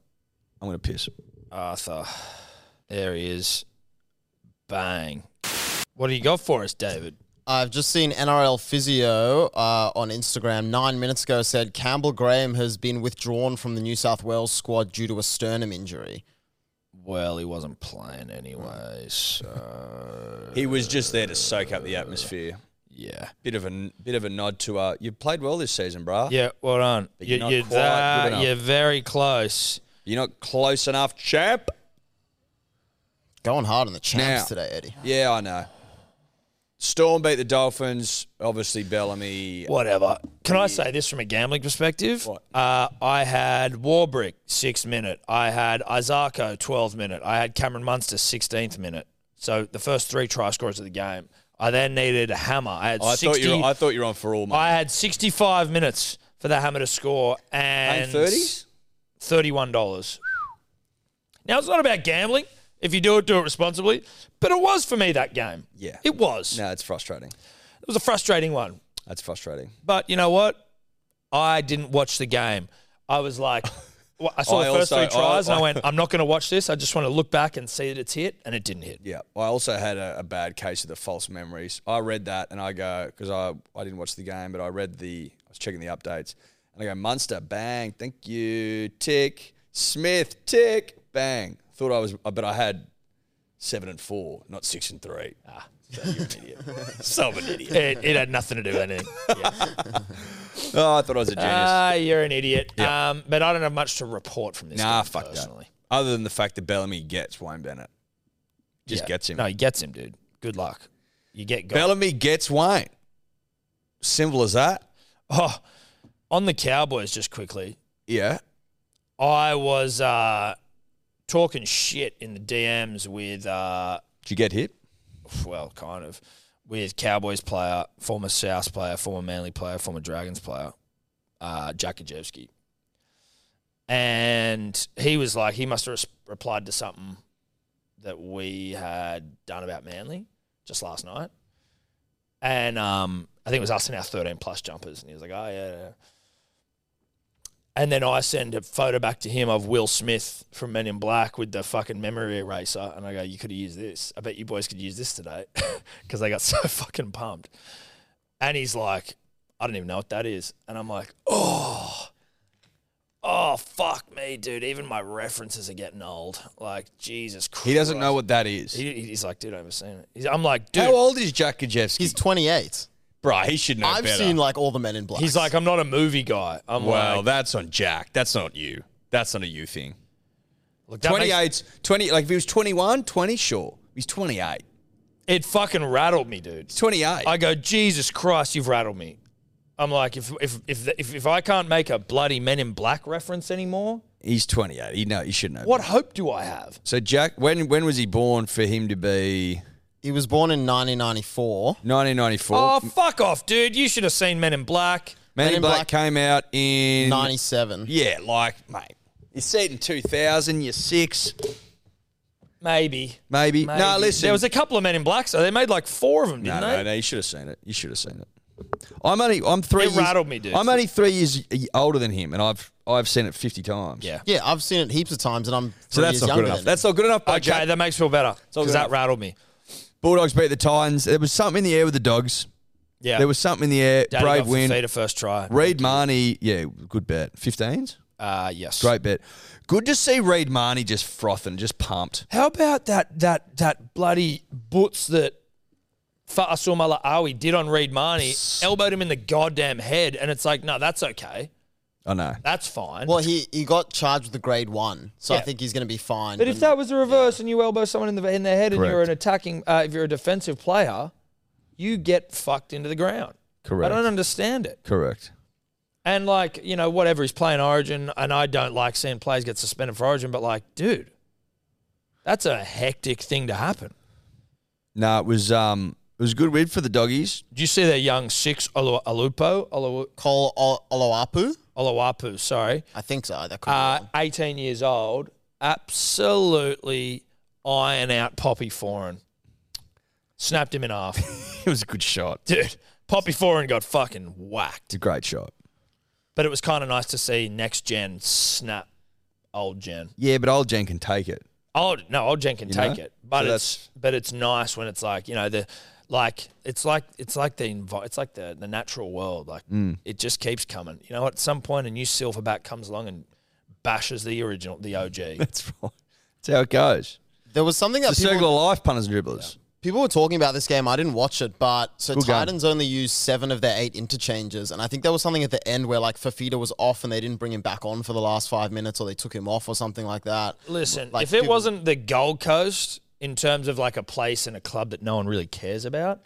I'm gonna piss. Arthur. There he is. Bang. What do you got for us, David? I've just seen NRL physio uh, on Instagram nine minutes ago said Campbell Graham has been withdrawn from the New South Wales squad due to a sternum injury. Well, he wasn't playing anyway, so He was just there to soak up the atmosphere. yeah, Bit of a bit of a nod to uh, you played well this season, brah. yeah. Well done. But You, you're not you're, quite good that- enough. you're very close. You're not close enough, champ. Going hard in the champs Now- today, Eddie. Yeah, I know. Storm beat the Dolphins. Obviously, Bellamy. Whatever. Can I say this from a gambling perspective? What? Uh, I had Warbrick, six minute. I had Isako, 12 minute. I had Cameron Munster, 16th minute. So the first three try scorers of the game. I then needed a hammer. I had I 60, thought you. Were, I thought you were on for all. Mate. I had 65 minutes for the hammer to score and Ain't 30s? $31. Now, it's not about gambling. If you do it, do it responsibly. But it was for me that game. Yeah. It was. No, it's frustrating. It was a frustrating one. That's frustrating. But you know what? I didn't watch the game. I was like, well, I saw I the first also- three tries I- and I I- went, I'm not going to watch this. I just want to look back and see that it's hit, and it didn't hit. Yeah. I also had a, a bad case of the false memories. I read that and I go, because I, I didn't watch the game, but I read the, I was checking the updates. And I go, Munster, bang, thank you, tick. Smith, tick, bang. Thought I was, but I had seven and four, not six and three. Ah. So you're an idiot. so I'm an idiot. It, it had nothing to do with anything. Yeah. Oh, I thought I was a genius. Ah, you're an idiot. Um, but I don't have much to report from this. nah, game, fuck personally. that. Other than the fact that Bellamy gets Wayne Bennett. Just Yeah. gets him. No, he gets him, dude. Good luck. You get got. Bellamy gets Wayne. Simple as that. oh, on the Cowboys, just quickly. Yeah. I was uh, talking shit in the DMs with uh, Did you get hit? well, kind of, with Cowboys player, former South player, former Manly player, former Dragons player, uh, Jack Kajewski. And he was like, he must have res- replied to something that we had done about Manly just last night. And um, I think it was us in our 13 plus jumpers. And he was like, oh, yeah, yeah. And then I send a photo back to him of Will Smith from Men in Black with the fucking memory eraser. And I go, you could have used this. I bet you boys could use this today because they got so fucking pumped. And he's like, I don't even know what that is. And I'm like, oh, oh, fuck me, dude. Even my references are getting old. Like, Jesus Christ. He doesn't know what that is. He, he's like, dude, I haven't seen it. He's- I'm like, dude. How old is Jack Kajewski? He's 28. Bruh, he should know I've better. seen like all the men in black. He's like, I'm not a movie guy. I'm well, like, that's on Jack. That's not you. That's not a you thing. look, that makes- 28's 20, like if he was 21, 20, sure. He's 28. it fucking rattled me, dude. He's 28. I go, Jesus Christ, you've rattled me. I'm like, if if if if, if I can't make a bloody Men in Black reference anymore, he's 28. He know, he should know. what hope do I have? So Jack, when when was he born for him to be he was born in 1994. 1994? Oh, fuck off, dude. You should have seen Men in Black. Man Men in in Black, Black- came out in 97. Yeah, like mate. You see it in 2000, you're 6, Maybe. maybe. Maybe. No, listen. There was a couple of Men in Black, so they made like four of them, No, didn't no, they? no, you should have seen it. You should have seen it. I'm only I'm three. It years, rattled me, dude. I'm only three years older than him, and I've I've seen it 50 times. Yeah. Yeah, I've seen it heaps of times, and I'm three So that's years not younger good enough. than That's not good enough. by Okay, Jack. that makes me feel better all because good that enough. rattled me. Bulldogs beat the Titans. There was something in the air with the dogs. Yeah. There was something in the air. Daddy Brave got win. Fafita first try. Reed Marnie, yeah, good bet. 15s, Uh, yes. great bet. Good to see Reed Marnie just frothing, just pumped. How about that that that bloody boots that Fa'asumala Awi did on Reed Marnie, elbowed him in the goddamn head, and it's like, no, that's okay. I know. That's fine. Well, he, he got charged with the grade one, so I Yeah. think he's going to be fine. but if that was the reverse and you elbow someone in the in their head and you're Correct. an attacking uh, if you're a defensive player, you get fucked into the ground. Correct. I don't understand it. Correct. And like, you know, whatever he's playing Origin, and I don't like seeing players get suspended for Origin, but like, dude, that's a hectic thing to happen. No, it was um, it was a good win for the doggies. Did you see that young six Olu- Alupo? Olu- Cole Ol- Oloapu, Oluwapu, sorry, I think so. That could uh, be wrong. 18 years old, absolutely iron out Poppy Foreign. Snapped him in half. it was a good shot. Dude, Poppy Foreign got fucking It's whacked. a great shot. But it was kind of nice to see next gen snap old gen. Yeah, but old Jen can take it. Old, no, old gen can You take know? it. But So it's but it's nice when it's like, you know, the like it's like it's like the envi- it's like the the natural world. Like Hmm. it just keeps coming. You know, at some point a new silverback comes along and bashes the original the OG. That's right. That's how it goes. There was something that The people, circle of life, punters and dribblers. people were talking about this game. I didn't watch it, but so Good game. Titans only used seven of their eight interchanges, and I think there was something at the end where like Fafita was off and they didn't bring him back on for the last five minutes, or they took him off or something like that. Listen, Like, if it people- wasn't the Gold Coast in terms of like a place and a club that no one really cares about,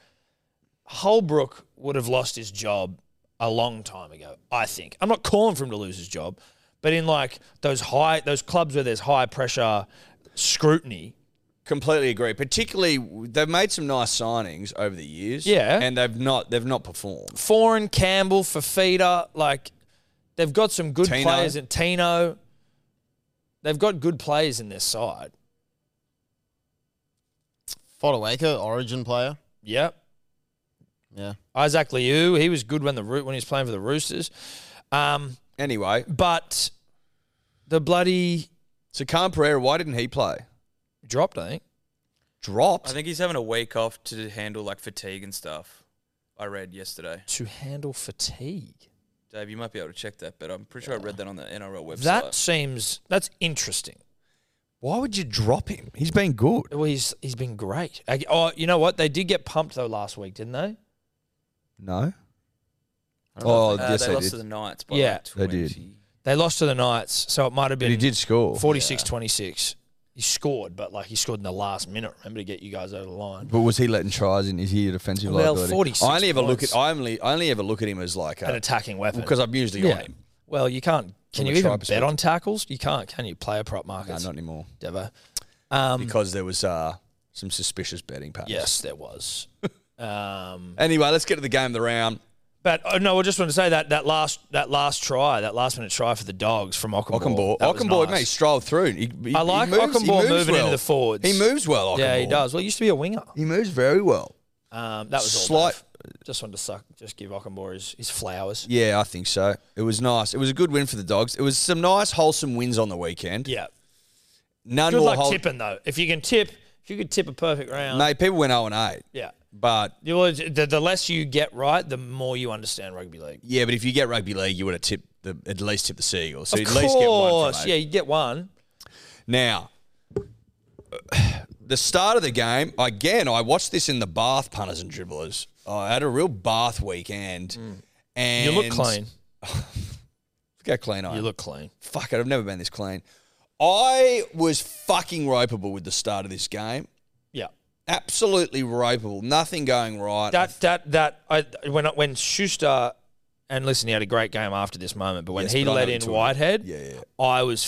Holbrook would have lost his job a long time ago, I think. I'm not calling for him to lose his job, but in like those high those clubs where there's high pressure scrutiny, Completely agree. Particularly, they've made some nice signings over the years. Yeah. and they've not they've not performed. Foreign, Campbell, Fafita, like they've got some good Tino. players in Tino. They've got good players in their side. Fodawaker, origin player. Yep. Yeah. Isaac Liu, he was good when the Roo- when he was playing for the Roosters. Um, Anyway, but the bloody so Khan Pereira, why didn't he play? dropped, I think. Dropped. I think he's having a week off to handle like fatigue and stuff. I read yesterday. To handle fatigue. Dave, you might be able to check that, but I'm pretty sure I read that on the NRL website. That seems that's interesting. why would you drop him? He's been good. Well, he's he's been great. I- Oh, you know what? They did get pumped though last week, didn't they? No. Oh, Uh, yes, they they, lost to did. the Knights by Yeah. like They did. 20. They lost to the Knights, so it might have But he been did score. 46-26. He scored, but like he scored in the last minute. Remember to get you guys over the line. But was he letting tries in? Is he a defensive Well, liability? 46 I only ever look points. at. I only, I only ever look at him as like An a attacking weapon. because I'm usually on yeah. him. Well, you can't. Can a you try even bet perspective. on tackles? You can't, can you? Player prop No, markets, not anymore. Devo. Um, Because there was uh, some suspicious betting patterns. yes, there was. um, Anyway, let's get to the game of the round. But uh, no, I just want to say that that last that last try, that last minute try for the dogs from Ockenbaugh. Ockenbaugh, that was Ockenbaugh, nice. mate, strolled through. He, he, I like he moves, he Ockenbaugh moves moving well. into the forwards. He moves well. Ockenbaugh. Yeah, he does. Well, he used to be a winger. He moves very well. Um, that was all. Slight- Dave. Just wanted to suck. Just give Ockenbaugh his, his flowers. Yeah, I think so. It was nice. It was a good win for the dogs. It was some nice, wholesome wins on the weekend. Yeah. None Good more luck hol- tipping though. If you can tip, if you could tip a perfect round. Mate, people went 0 and 8. Yeah. But You will- the, the less you get right, the more you understand rugby league. yeah, but if you get rugby league, you would have tipped the at least tip the Seagulls. So Of you'd course. at least get one from eight. yeah, you get one. Now, the start of the game, again, I watched this in the bath punters and dribblers. I had a real bath weekend. And Mm. You look clean. Look how clean I am. You look clean. Fuck it, I've never been this clean. I was fucking ropeable with the start of this game. Yeah. Absolutely ropeable. Nothing going right. that that that I when when Schuster and listen, he had a great game after this moment, but when Yes, he but I let know in too. Whitehead, Yeah, yeah. I was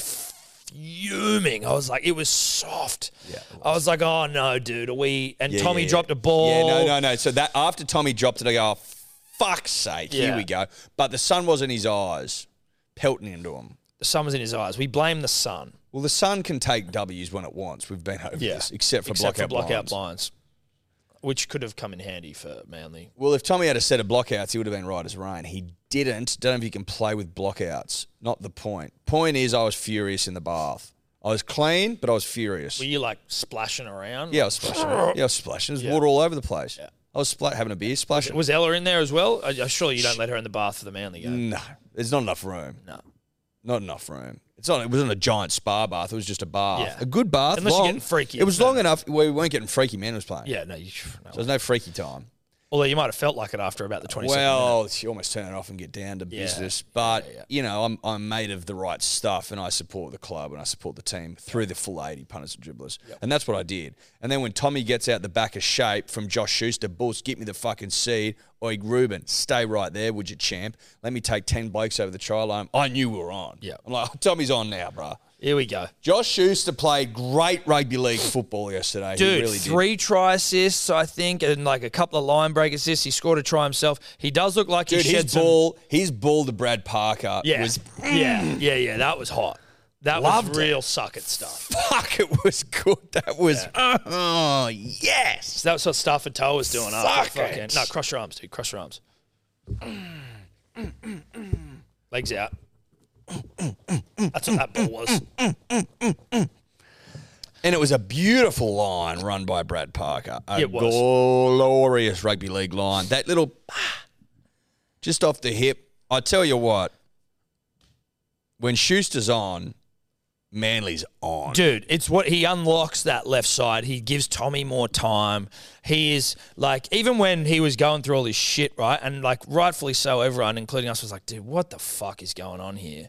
fuming. I was like, it was soft. Yeah, I was like, oh no, dude, are we? And Yeah, Tommy yeah, yeah. dropped a ball. Yeah, no, no, no. So that after Tommy dropped it, I go, oh, fuck's sake, here Yeah. we go. But the sun was in his eyes, pelting into him. The sun was in his eyes. We blame the sun, Well, the sun can take W's when it wants. We've been over Yeah. this, except for except blockout for blockout blinds. blinds, which could have come in handy for Manly. Well, if Tommy had a set of blockouts, he would have been right as rain. He didn't. Don't know if you can play with blockouts. Not the point. Point is, I was furious in the bath. I was clean, but I was furious. Were you like splashing around? yeah, I was splashing. yeah, I was splashing. There's water all over the place. I was spla- having a beer, splashing. Was Ella in there as well? I, I'm sure you don't let her in the bath for the Manly game. No, there's not enough room. No. Not enough room. It's not. It wasn't a giant spa bath. It was just a bath. Yeah. A good bath. Unless you're long. getting freaky It was at long the- enough where we weren't getting freaky. Man was playing. Yeah, no. You, no. So there's no freaky time. Although you might have felt like it after about the 20 Well, you almost turn it off and get down to Yeah. business. But you know, I'm I'm made of the right stuff, and I support the club and I support the team through the full eighty punters and dribblers, and that's what I did. And then when Tommy gets out the back of shape from Josh Schuster, Bulls, get me the fucking seed. Oi, Ruben, stay right there, would you, champ? Let me take ten blokes over the try line. I knew we were on. Yeah. I'm like, oh, Tommy's on now, bruh. Here we go. Josh Schuster played great rugby league football yesterday. he Dude, really did. three try assists, I think, and like a couple of line break assists. He scored a try himself. He does look like Dude, he shed his some- ball, his ball to Brad Parker yeah, was yeah, yeah, yeah. That was hot. That Loved was it. real suck at stuff. fuck, it was good. That was oh yes. So that's what Stafford Toe was doing. after Suck fucking- it. No, cross your arms, dude. Cross your arms. Legs out. That's what that ball was. And it was a beautiful line run by Brad Parker. A It was. glorious rugby league line. That little just off the hip. I tell you what, when Schuster's on, Manly's on. Dude, it's what he unlocks that left side. He gives Tommy more time. He is like, even when he was going through all this shit, right? And like, rightfully so, everyone, including us, was like, dude, what the fuck is going on here?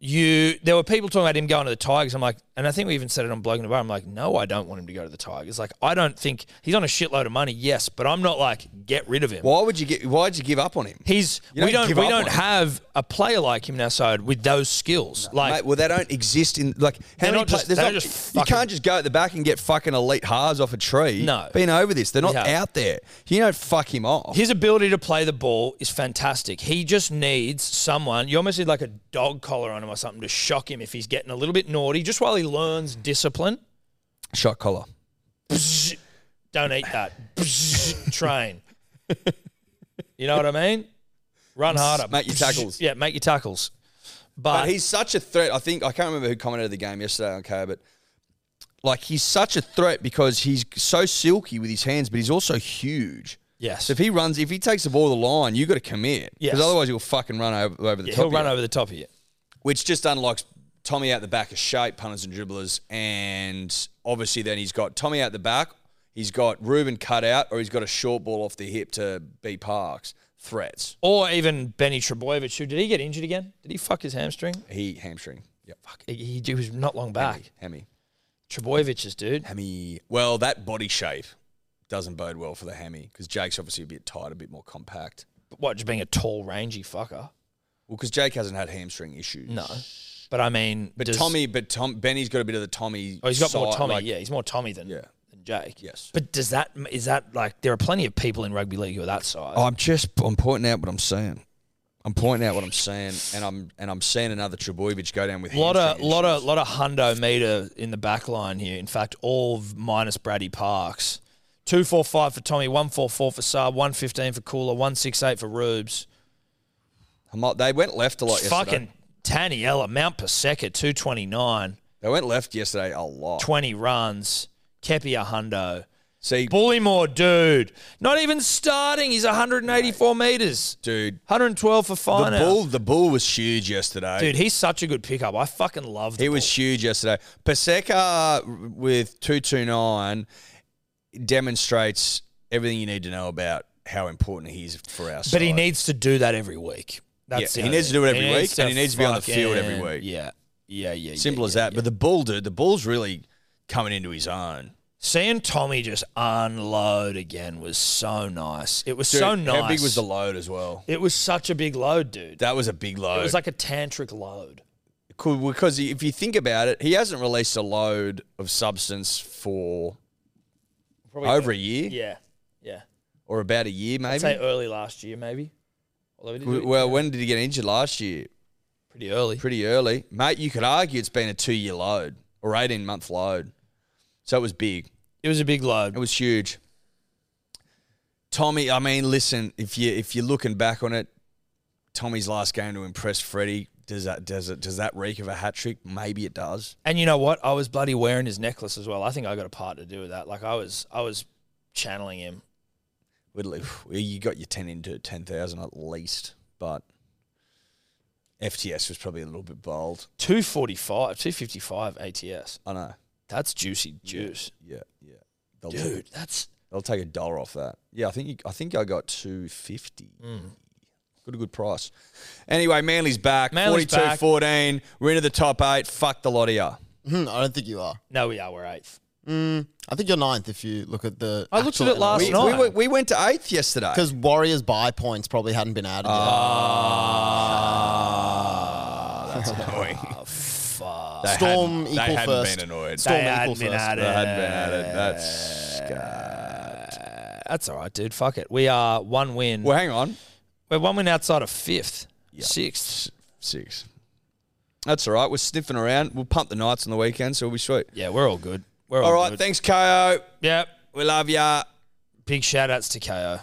you there were people talking about him going to the Tigers. I'm like, and I think we even said it on Blogging the Bar. I'm like, no, I don't want him to go to the Tigers. Like, I don't think he's on a shitload of money. Yes, but I'm not like get rid of him. Why would you get? Why'd you give up on him? He's You we don't don't give we up don't on him. have a player like him in our side with those skills. like Mate, well, they don't exist in like how They're many not just- pla- there's they're not- just you fucking- can't just go at the back and get fucking elite halves off a tree. No. been over this. They're not Yeah. out there. You don't fuck him off. His ability to play the ball is fantastic. He just needs someone. You almost need like a dog collar on him or something to shock him if he's getting a little bit naughty, just while he learns discipline. Shot collar. Bzz, don't eat that. Bzz, train. You know what I mean? Run harder. Make your Bzz, tackles. Yeah, make your tackles. But, But he's such a threat. I think I can't remember who commented the game yesterday on K, but like he's such a threat because he's so silky with his hands, but he's also huge. yes, So if he runs, if he takes the ball to the line, you got to commit because Yes. otherwise he'll fucking run over, over the Yeah, top. he'll of run you. over the top of you. which just unlocks Tommy out the back of shape, punters and dribblers, and obviously then he's got Tommy out the back, he's got Ruben cut out, or he's got a short ball off the hip to B Parks. Threats. Or even Benny Trebojevic. Who did he get injured again? Did he fuck his hamstring? He hamstring. Yep. Fuck, he, he was not long back. Hammy. Trebojevic's dude. Hammy. Well, that body shape doesn't bode well for the hammy because Jake's obviously a bit tight, a bit more compact. What just being a tall, rangy fucker? Well, because Jake hasn't had hamstring issues. No, but I mean, But does- Tommy, but Tom, Benny's got a bit of the Tommy. Oh, he's got more side, Tommy. like- yeah, he's more Tommy than Yeah. than Jake. Yes. But does that is that like there are plenty of people in rugby league who are that size? I'm just I'm pointing out what I'm saying. I'm pointing out what I'm saying, and I'm and I'm seeing another Trebojevic go down with lot of hamstring lot of issues. lot of hundo meter in the back line here. In fact, all of minus Brady Parks. Two four five for Tommy, one four four for Saab, one fifteen for Cooler, one six eight for Rubes. I'm not- they went left a lot yesterday. Fucking Taniela, Mount Paseka, two twenty nine, They went left yesterday a lot. twenty runs, Kepia Hundo. See, Bullymore, dude. Not even starting. He's 184 metres. dude, 112 for the fine. out. bull the bull was huge yesterday. Dude, he's such a good pickup. I fucking love the he was huge yesterday. Paseka with two two nine demonstrates everything you need to know about how important he is for our But he side. needs to do that every week. That's Yeah, the he needs to do it every week, to and he needs to be on the field every fucking- week. Yeah. Yeah, yeah. simple yeah, as yeah, that. yeah. But the bull, dude, the bull's really coming into his own. Seeing Tommy just unload again was so nice. It was so Dude, nice. How big was the load as well? It was such a big load, dude. That was a big load. It was like a tantric load. Cool, because he- if you think about it, he hasn't released a load of substance for Probably over a year Yeah. Yeah. or about a year, maybe. I'd say early last year, maybe. Although we did do W- it well, when did he get injured last year? pretty early. Pretty early, mate. You could argue it's been a two-year load or eighteen-month load, so it was big. It was a big load. It was huge. Tommy, I mean, listen, if you if you're looking back on it, Tommy's last game to impress Freddie. Does that does it does that reek of a hat trick? Maybe it does. And you know what? I was bloody wearing his necklace as well. I think I got a part to do with that. Like I was, I was channeling him. Woodley, you got your ten into ten thousand at least, but FTS was probably a little bit bold. 245, 255 ATS. I know. That's juicy juice. Yeah, yeah. They'll Dude, that's they'll take a dollar off that. Yeah, I think you, I think I got two fifty. Mm. Got a good price. Anyway, Manly's back. Manly's back. 42-14. We're into the top eight. Fuck the lot of you. Hmm, I don't think you are. no, we are. We're eighth. Mm, I think you're ninth if you look at the. I looked at it last We, night. we, were- we went to eighth yesterday. because Warriors buy points probably hadn't been added. Ah, that's annoying. Fuck. They Storm hadn't- equal they hadn't first. been annoyed. Storm They equal hadn't been first. at They hadn't been it. added. That's. That's all right, dude. Fuck it. We are one win. Well, hang on. We're one win outside of fifth, sixth. six. That's all right. We're sniffing around. We'll pump the nights on the weekend, so we'll be sweet. Yeah, we're all good. We're all, All right. Good. Thanks, KO. yep. We love ya. Big shout outs to KO.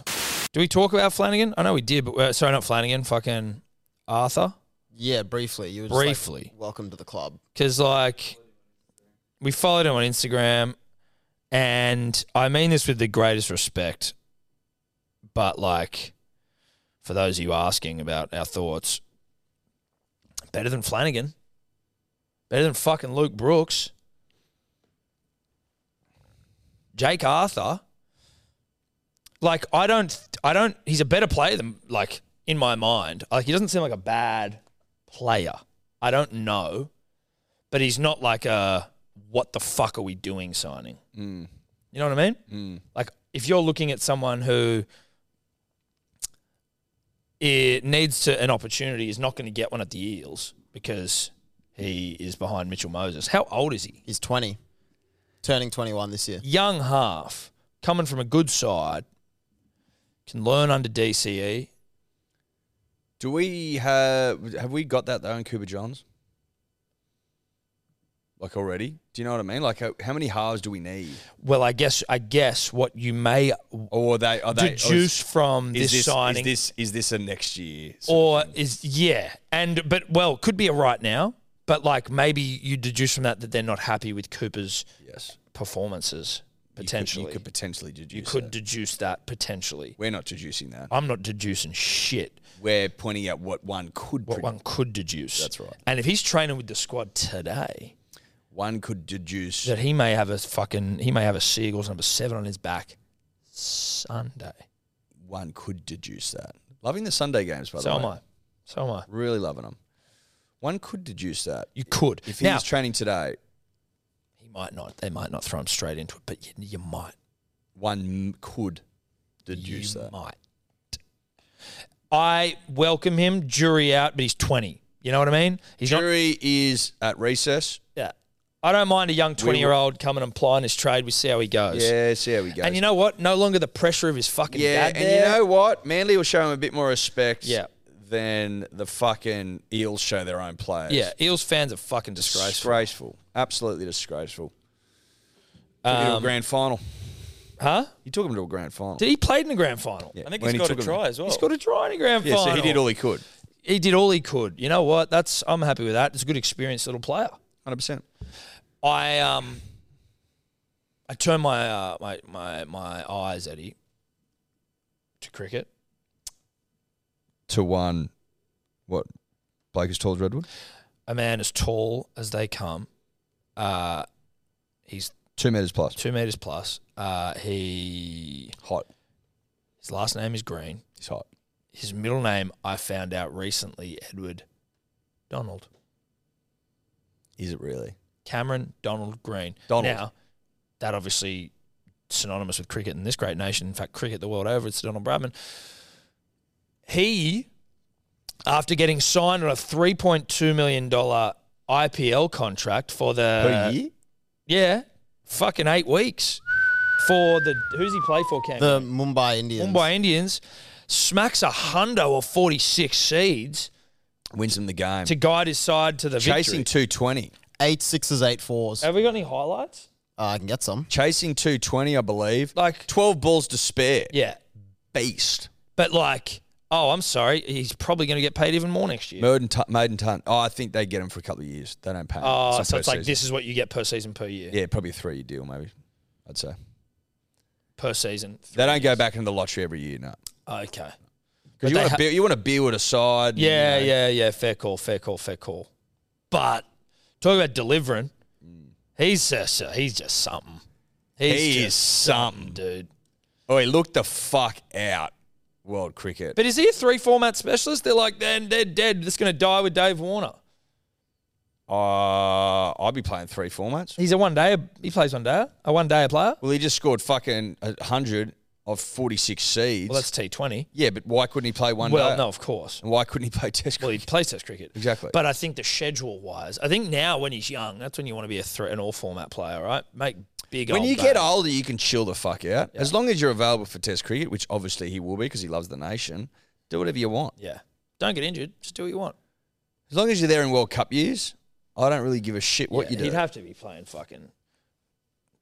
Do we talk about Flanagan? I know we did, but uh, sorry, not Flanagan. Fucking Arthur. yeah, briefly. You were just like, Briefly. welcome to the club. Because, like, we followed him on Instagram, and I mean this with the greatest respect, but, like, for those of you asking about our thoughts, better than Flanagan. Better than fucking Luke Brooks. Jake Arthur. Like, I don't, I don't, he's a better player than, like, in my mind. Like, he doesn't seem like a bad player. I don't know, but he's not like a what the fuck are we doing signing. Mm, You know what I mean? Like if you're looking at someone who it needs to an opportunity is not going to get one at the Eels because he is behind Mitchell Moses. How old is he? He's 20, turning 21 this year. young half coming from a good side can learn under E. DCE. Do we have have we got that though in Cooper Johns? Like already? Do you know what I mean? Like how, how many halves do we need? Well, I guess I guess what you may Or are they are they or is- deduce from is this, signing Is this is this a next year? sort or is yeah, and but well, could be a right now, but like maybe you deduce from that that they're not happy with Cooper's of- yes. performances You could- potentially. you could potentially deduce. that. deduce that potentially. We're not deducing that. I'm not deducing shit. We're pointing out what one could What predict. one could deduce. That's right. And if he's training with the squad today, one could deduce. that he may have a fucking he may have a seagulls number seven on his back Sunday. One could deduce that. Loving the Sunday games, by the So way. am I. So am I. Really loving them. One could deduce that. You could. If he's now training today, he might not. They might not throw him straight into it, but you, you might. one m- could deduce you that. might. I welcome him, jury out, but he's twenty. You know what I mean? He's not. Jury is at recess. Yeah. I don't mind a young twenty-year-old coming and plying his trade. We see how he goes. Yeah, see how we go. And you know what? No longer the pressure of his fucking yeah, dad. and there. you know what? Manly will show him a bit more respect Yeah. than the fucking Eels show their own players. Yeah, Eels fans are fucking disgraceful. Disgraceful. Absolutely disgraceful. Took him to a grand final. Huh? You took him to a grand final. Um, Did he played in the grand final? Yeah, I think when he's got a took him- try as well. He scored a try in the grand Yeah, final. so he did all he could. He did all he could. You know what? That's I'm happy with that. It's a good experienced little player. 100%. I um, I turn my uh, my my my eyes, Eddie, to cricket. To one, what? Blake is tall as Redwood? A man as tall as they come. Uh, he's Two metres plus. two meters plus. Uh, he Hot. his last name is Green. He's hot. His middle name I found out recently, Edward Donald. Is it really? Cameron Donald Green. Donald. Now, that obviously synonymous with cricket in this great nation. In fact, cricket the world over, it's Donald Bradman. He, after getting signed on a $3.2 million IPL contract for Per the. year? Yeah, fucking eight weeks. For the. Who's he play for, Cam? The Mumbai Indians. Mumbai Indians. Smacks a hundo of 46 seeds Wins him the game. to guide his side to the Chasing victory. 220. Eight sixes, eight fours. Uh, Have we got any highlights? I can get some. Chasing 220, I believe. Like, 12 balls to spare. yeah. Beast. But like, oh, I'm sorry, he's probably going to get paid even more next year. Maiden Tun. Maiden Tun. Oh, I think they get him for a couple of years. They don't pay him. Oh, so per it's like season. this is what you get per season per year. Yeah, probably a three year deal, maybe. I'd say. Per season. They don't go back into the lottery every year, no. Okay. But Because you, they want ha- to build, you want to build a side. Yeah, you know. yeah, yeah. Fair call, fair call, fair call. But talking about delivering, he's just, uh, he's just something. He's Mm. He just is something. dude. Oh, he looked the fuck out. World cricket. But is he a three format specialist? They're like, then they're dead. That's going to die with Dave Warner. Uh, I'd be playing three formats. He's a one day. He plays one day. A one day player. Well, he just scored fucking a 100 of 46 seeds. Well, that's T Twenty. yeah, but why couldn't he play one Well, day? no, of course. And why couldn't he play test Well, he cricket? plays Test cricket. Exactly. But I think the schedule wise, I think now when he's young, that's when you want to be a threat, an all format player, right? Make big. When old you get bags. older, you can chill the fuck out. As long as you're available for test cricket, which obviously he will be because he loves the nation, do whatever you want. yeah, don't get injured. Just do what you want. As long as you're there in World Cup years, I don't really give a shit what Yeah, you do. He'd have to be playing fucking.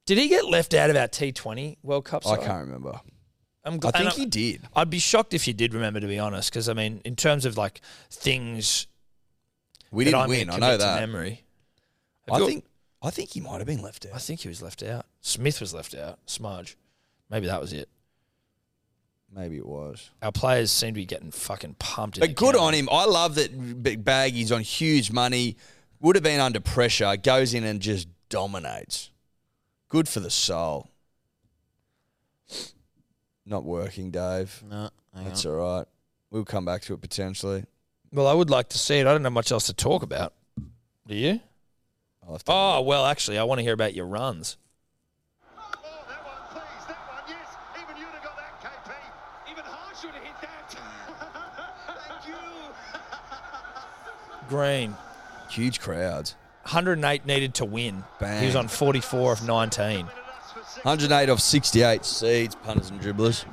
Did he get left out of our T Twenty World Cup? I side? can't remember. I'm I glad. think he did. I'd be shocked if you did remember, to be honest, because I mean, in terms of like things We that didn't I'm win. I gonna know commit to that. memory. Have I you- think I think he might have been left I out. think he was left out. Smith was left out. Smudge, maybe that was it. Maybe it was. Our players seem to be getting fucking pumped. in the But good game. on him. I love that Big Baggy's on huge money. Would have been under pressure. Goes in and just dominates. Good for the soul. Not working, Dave. No, hang on. That's all right. We'll come back to it potentially. Well, I would like to see it. I don't know much else to talk about. Do you? I'll have to Oh, well, actually, I want to hear about your runs. Oh, that one, please, that one, yes. Even you'd have got that, KP. Even Hart should have hit that. Thank you. Green. huge crowds. 108 needed to win. He was Bang. on 44 of 19. 108 off 68 seeds, punters and dribblers. 50 for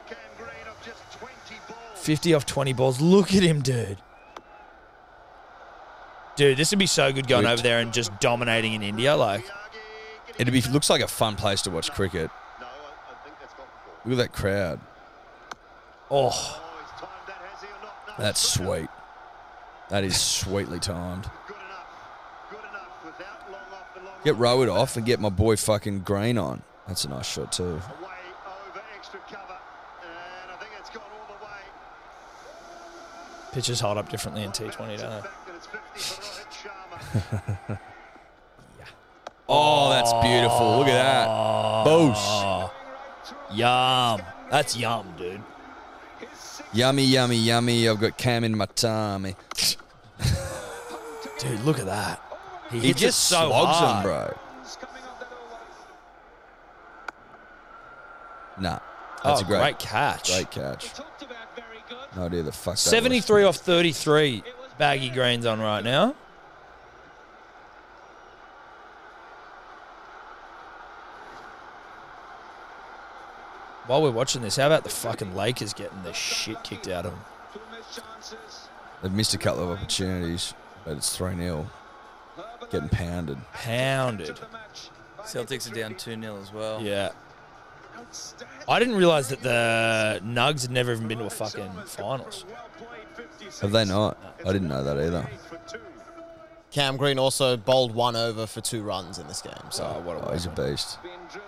Cam Green of just 20 balls. 50 off 20 balls. Look at him, dude. Dude, this would be so good going Whipped. over there and just dominating in India. Like, Yagi getting- It'd be looks like a fun place to watch cricket. No, I, I think that's gone before. Look at that crowd. oh, Oh, he's timed that, has he or not? No, That's good enough, sweet. That is sweetly timed. Good enough. Good enough. Without long off the long Get Rowett off and get my boy fucking Green on. That's a nice shot too. away over extra cover. And I think it's gone all the way. pitches hold up differently in T20, It's a don't they? fact that it's 50 for Rohit Sharma. Oh, that's beautiful. Look at that. Boosh. Oh, yum. That's yum, dude. Yummy, yummy, yummy. I've got Cam in my tummy. Dude, look at that. He, He hits it just so slogs hard. him, bro. Nah. That's Oh, a great, great catch. great catch. No idea the fuck. that was. 73 off 33 baggy greens on right now. While we're watching this, how about the fucking Lakers getting the shit kicked out of them? They've missed a couple of opportunities, but it's 3 0. Getting pounded. Pounded. Celtics are down 2 0 as well. Yeah. I didn't realize that the Nugs had never even been to a fucking finals. Have they not? I didn't know that either. Cam Green also bowled one over for two runs in this game. So Oh, what a Oh, he's a beast.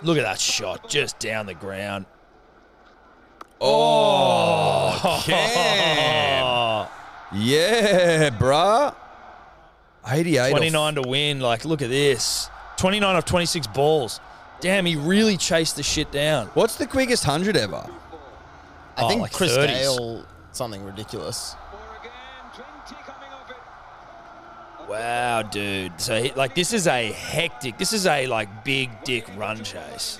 Look at that shot, just down the ground. Oh, Cam. Oh, Yeah, bruh. 88. off- 29 to win. Like, look at this. 29 off 26 balls. Damn, he really chased the shit down. What's the quickest 100 ever? I Oh, think like Chris 30s. Gale something ridiculous. Wow, dude. So, he, like, this is a hectic, this is a, like, big dick run chase.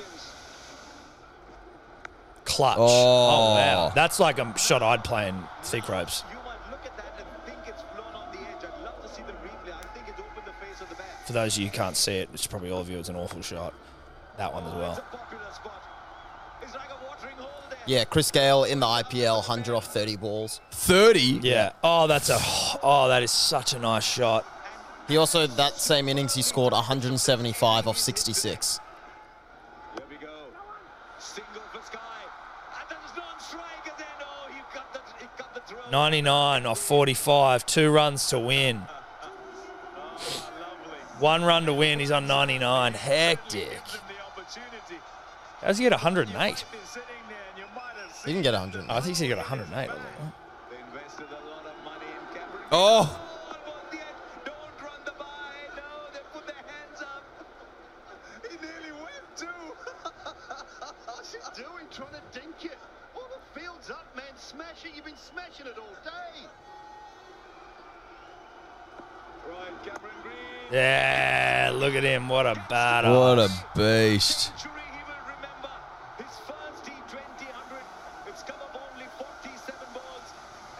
Clutch. Oh. wow. That's like a shot I'd play in thick ropes. You might look at that and think it's blown off the edge. I'd love to see the replay. I think it's opened the face of the bat. For those of you who can't see it, which is probably all of you, it's an awful shot. That one as It's well. a popular spot. It's like a watering hole there. Yeah, Chris Gale in the IPL, 100 off 30 balls. 30? Yeah. Oh, that's a, oh, that is such a nice shot. He also, that same innings, he scored 175 off 66. Here we go. Single for Sky. And that is non-strike again. Oh, he got the, he got the throw. 99 off 45, two runs to win. Oh, One run to win, he's on 99. Hectic. The opportunity. How's he get 108? Been sitting there and you might have He didn't seen. get 100. Oh, I think he got 108. wasn't he? They invested a lot of money in Cameron. Oh, Almost the edge. Don't run the by. No, they put their hands up. He nearly went too. What's he doing trying to dink it? All the field's up, man. Smash it. You've been smashing it all day. Right, Cameron Green. Yeah, look at him. What a what badass. a beast. Century he will remember. His first T20 100. It's come up only 47 balls.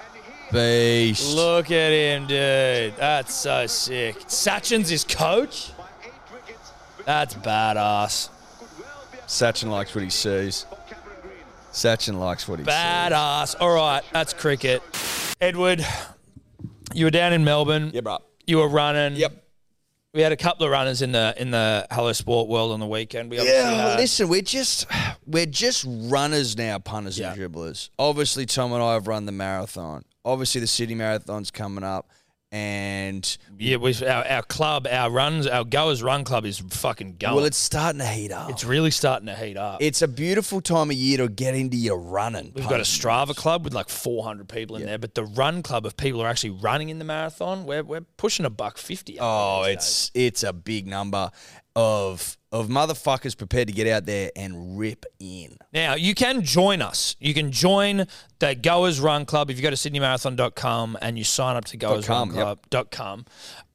And he Beast. Look at him, dude. That's so sick. Sachin's his coach? by eight wickets That's badass. could well be a Sachin likes what he sees. for Cameron Green. Sachin likes what he sees. Badass. All right, that's cricket. Edward, you were down in Melbourne. Yeah, bro. You were running. Yep. We had a couple of runners in the in the Hello Sport world on the weekend. We obviously Yeah, had- listen, we're just we're just runners now, punters and Yeah. dribblers. Obviously, Tom and I have run the marathon. Obviously, the city marathon's coming up, and yeah, we our, our club, our runs, our goers run club is fucking going. well, it's starting to heat up. It's It's, really starting to heat up. a beautiful time of year to get into your running. We've got a punters. Strava club with like 400 people in there, but the run club of people who are actually running in the marathon, we're, we're pushing a buck 50. Oh, it's it's a big number of of motherfuckers prepared to get out there and rip in. Now, you can join us. You can join the Goers Run Club if you go to sydneymarathon.com and you sign up to Goers com, Run yep. Club. Dot com.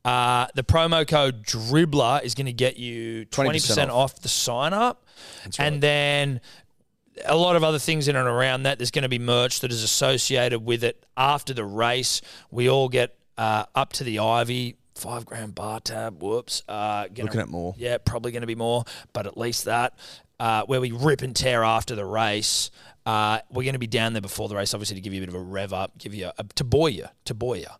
Uh, the promo code Dribbler is going to get you 20% 20% off. the sign up. And then a lot of other things in and around that. There's going to be merch that is associated with it after the race. We all get uh, up to the Ivy. Five grand bar tab. Whoops. Uh, gonna- Looking at more. Yeah, probably going to be more, but at least that. Uh, where we rip and tear after the race. Uh, we're going to be down there before the race, obviously, to give you a bit of a rev up, give you a, to buoy you, to buoy Ah. you.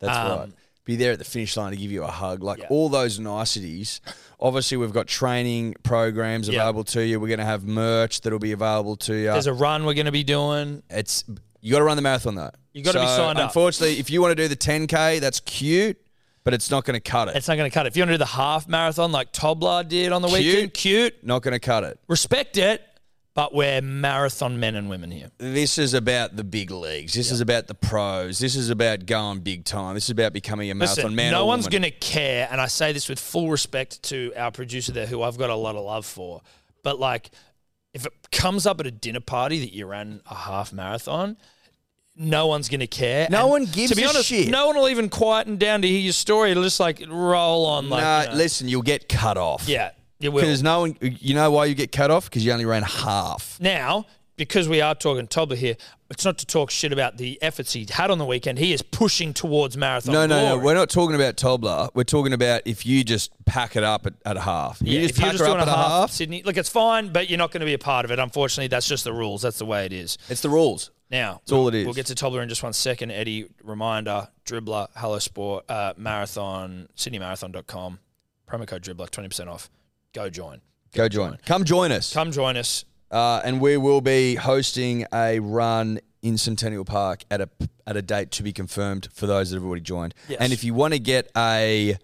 That's Um, right. Be there at the finish line to give you a hug. Like all those niceties. Obviously, we've got training programs Yeah. available to you. We're going to have merch that'll be available to you. There's a run we're going to be doing. it's you got to run the marathon though. You gotta be signed up. Unfortunately, if you want to do the 10k, that's cute, but it's not going to cut it. It's not going to cut it. If you want to do the half marathon like Tobler did on the weekend, cute, not going to cut it. respect it, but we're marathon men and women here. This is about the big leagues. This is about the pros. This is about going big time. This is about becoming a marathon Listen, man. no or one's woman. going to care, and I say this with full respect to our producer there, who I've got a lot of love for. But like, if it comes up at a dinner party that you ran a half marathon, no one's going to care. No And one gives to be a honest, shit. No one will even quieten down to hear your story. It'll just like roll on. Like, Nah, you know. listen, you'll get cut off. yeah, it will. Because no one, you know why you get cut off? Because you only ran half. Now, because we are talking Tobler here, it's not to talk shit about the efforts he had on the weekend. He is pushing towards marathon. No, no, no. glory. We're not talking about Tobler. We're talking about if you just pack it up at, at a half. You Yeah, just if you're pack just her doing up at a half, half. Sydney, look, it's fine, but you're not going to be a part of it. Unfortunately, that's just the rules. That's the way it is. It's the rules. Now, all we'll- it is. We'll get to Tobler in just one second. Eddie, reminder, dribbler, hello sport, uh, marathon, sydneymarathon.com, promo code dribbler, 20% off. Go join. Go join. Come join us. Come join us. Uh, and we will be hosting a run in Centennial Park at a at a date to be confirmed for those that have already joined. Yes. And if you want to get a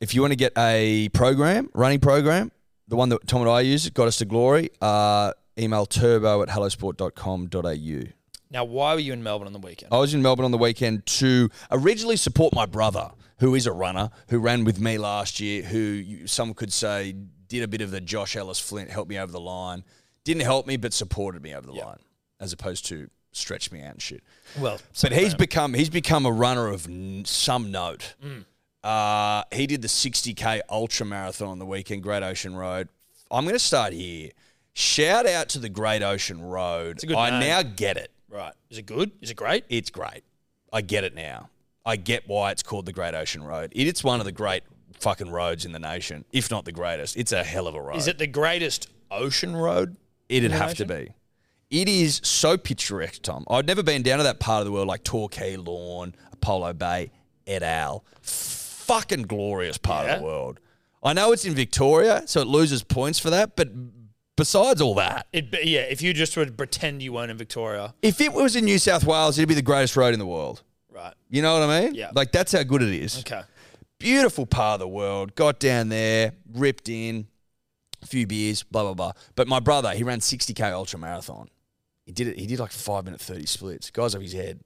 if you want to get a program running program, the one that Tom and I use got us to glory. Uh, email turbo at hellosport.com.au. Now, why were you in Melbourne on the weekend? I was in Melbourne on the weekend to originally support my brother, who is a runner, who ran with me last year, who you, some could say did a bit of the Josh Ellis Flint, helped me over the line. Didn't help me, but supported me over the line, as opposed to stretch me out and shit. Well, But he's become he's become a runner of n- some note. Mm. Uh, he did the 60k ultra marathon on the weekend, Great Ocean Road. I'm going to start here. Shout out to the Great Ocean Road. a good I name. now get it right. Is it good? Is it great? it's great. I get it now. I get why it's called the Great Ocean Road. It- It's one of the great fucking roads in the nation, if not the greatest. It's a hell of a road. Is it the greatest ocean road? It'd in the have to be. It is so picturesque, Tom. I'd never been down to that part of the world like Torquay Lawn, Apollo Bay, et al. Fucking glorious part of the Yeah. world. I know it's in Victoria, so it loses points for that, but besides all that, It be, yeah. If you just were to pretend you weren't in Victoria, if it was in New South Wales, it'd be the greatest road in the world. right? You know what I mean? Yeah. Like that's how good it is. Okay. beautiful part of the world. Got down there, ripped in, a few beers, blah blah blah. But my brother, he ran 60k ultra marathon. He did it. He did like five minute 30 splits. Guys off his head.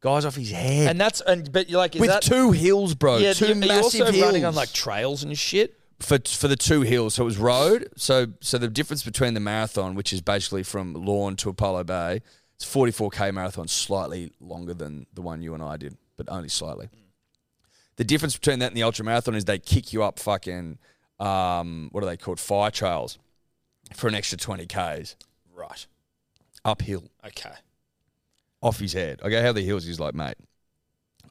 Guys off his head. And that's and but you're like is with that two hills, bro. yeah? Oh, two you- are you massive also hills. running on like trails and shit? for for the two hills. So it was road. So so the difference between the marathon, which is basically from Lawn to Apollo Bay, it's 44k marathon, slightly longer than the one you and I did, but only slightly. The difference between that and the ultra marathon is they kick you up fucking um, what are they called fire trails for an extra 20 k's Right. uphill Okay. off his head. I go how the hills. He's like, mate,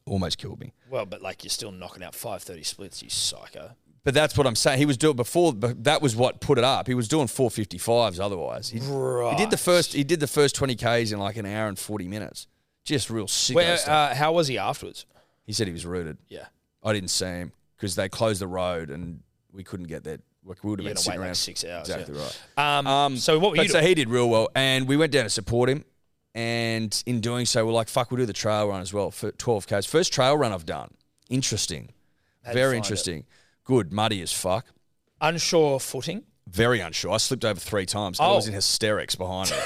almost killed me. Well, but like you're still knocking out five thirty splits, you psycho. But that's what I'm saying. He was doing before. But that was what put it up. He was doing 455s. Otherwise, he, Right. He did the first. He did the first twenty k's in like an hour and forty minutes. Just real sick. Where, stuff. uh, how was he afterwards? he said he was rooted. Yeah. I didn't see him because they closed the road and we couldn't get there. Like, we would have You been had to sitting wait around like six hours. Exactly yeah. right. Um, Um, so what were you but so doing? he did real well, and we went down to support him. And in doing so, we're like, "Fuck, we'll do the trail run as well for twelve k's." First trail run I've done. Interesting, you find very it? interesting. Good, muddy as fuck. unsure footing? Very unsure. I slipped over three times. I Oh. was in hysterics behind it,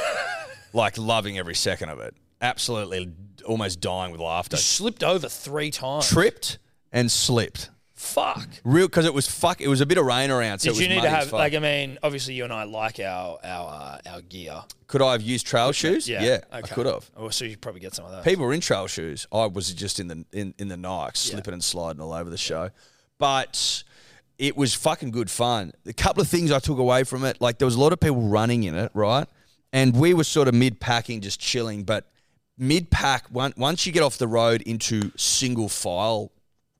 like loving every second of it. Absolutely, almost dying with laughter. Slipped over three times. Tripped and slipped. Fuck. Real because it was fuck. It was a bit of rain around. So Did it was you need muddy to as have fuck. like I mean, obviously you and I like our our uh, our gear. Could I have used trail shoes? Yeah, I okay. could have. Oh, so you probably get some of that. People were in trail shoes. I was just in the in, in the Nikes, slipping and sliding all over the show. But it was fucking good fun. A couple of things I took away from it, like there was a lot of people running in it, right? And we were sort of mid packing, just chilling. But mid pack, once you get off the road into single file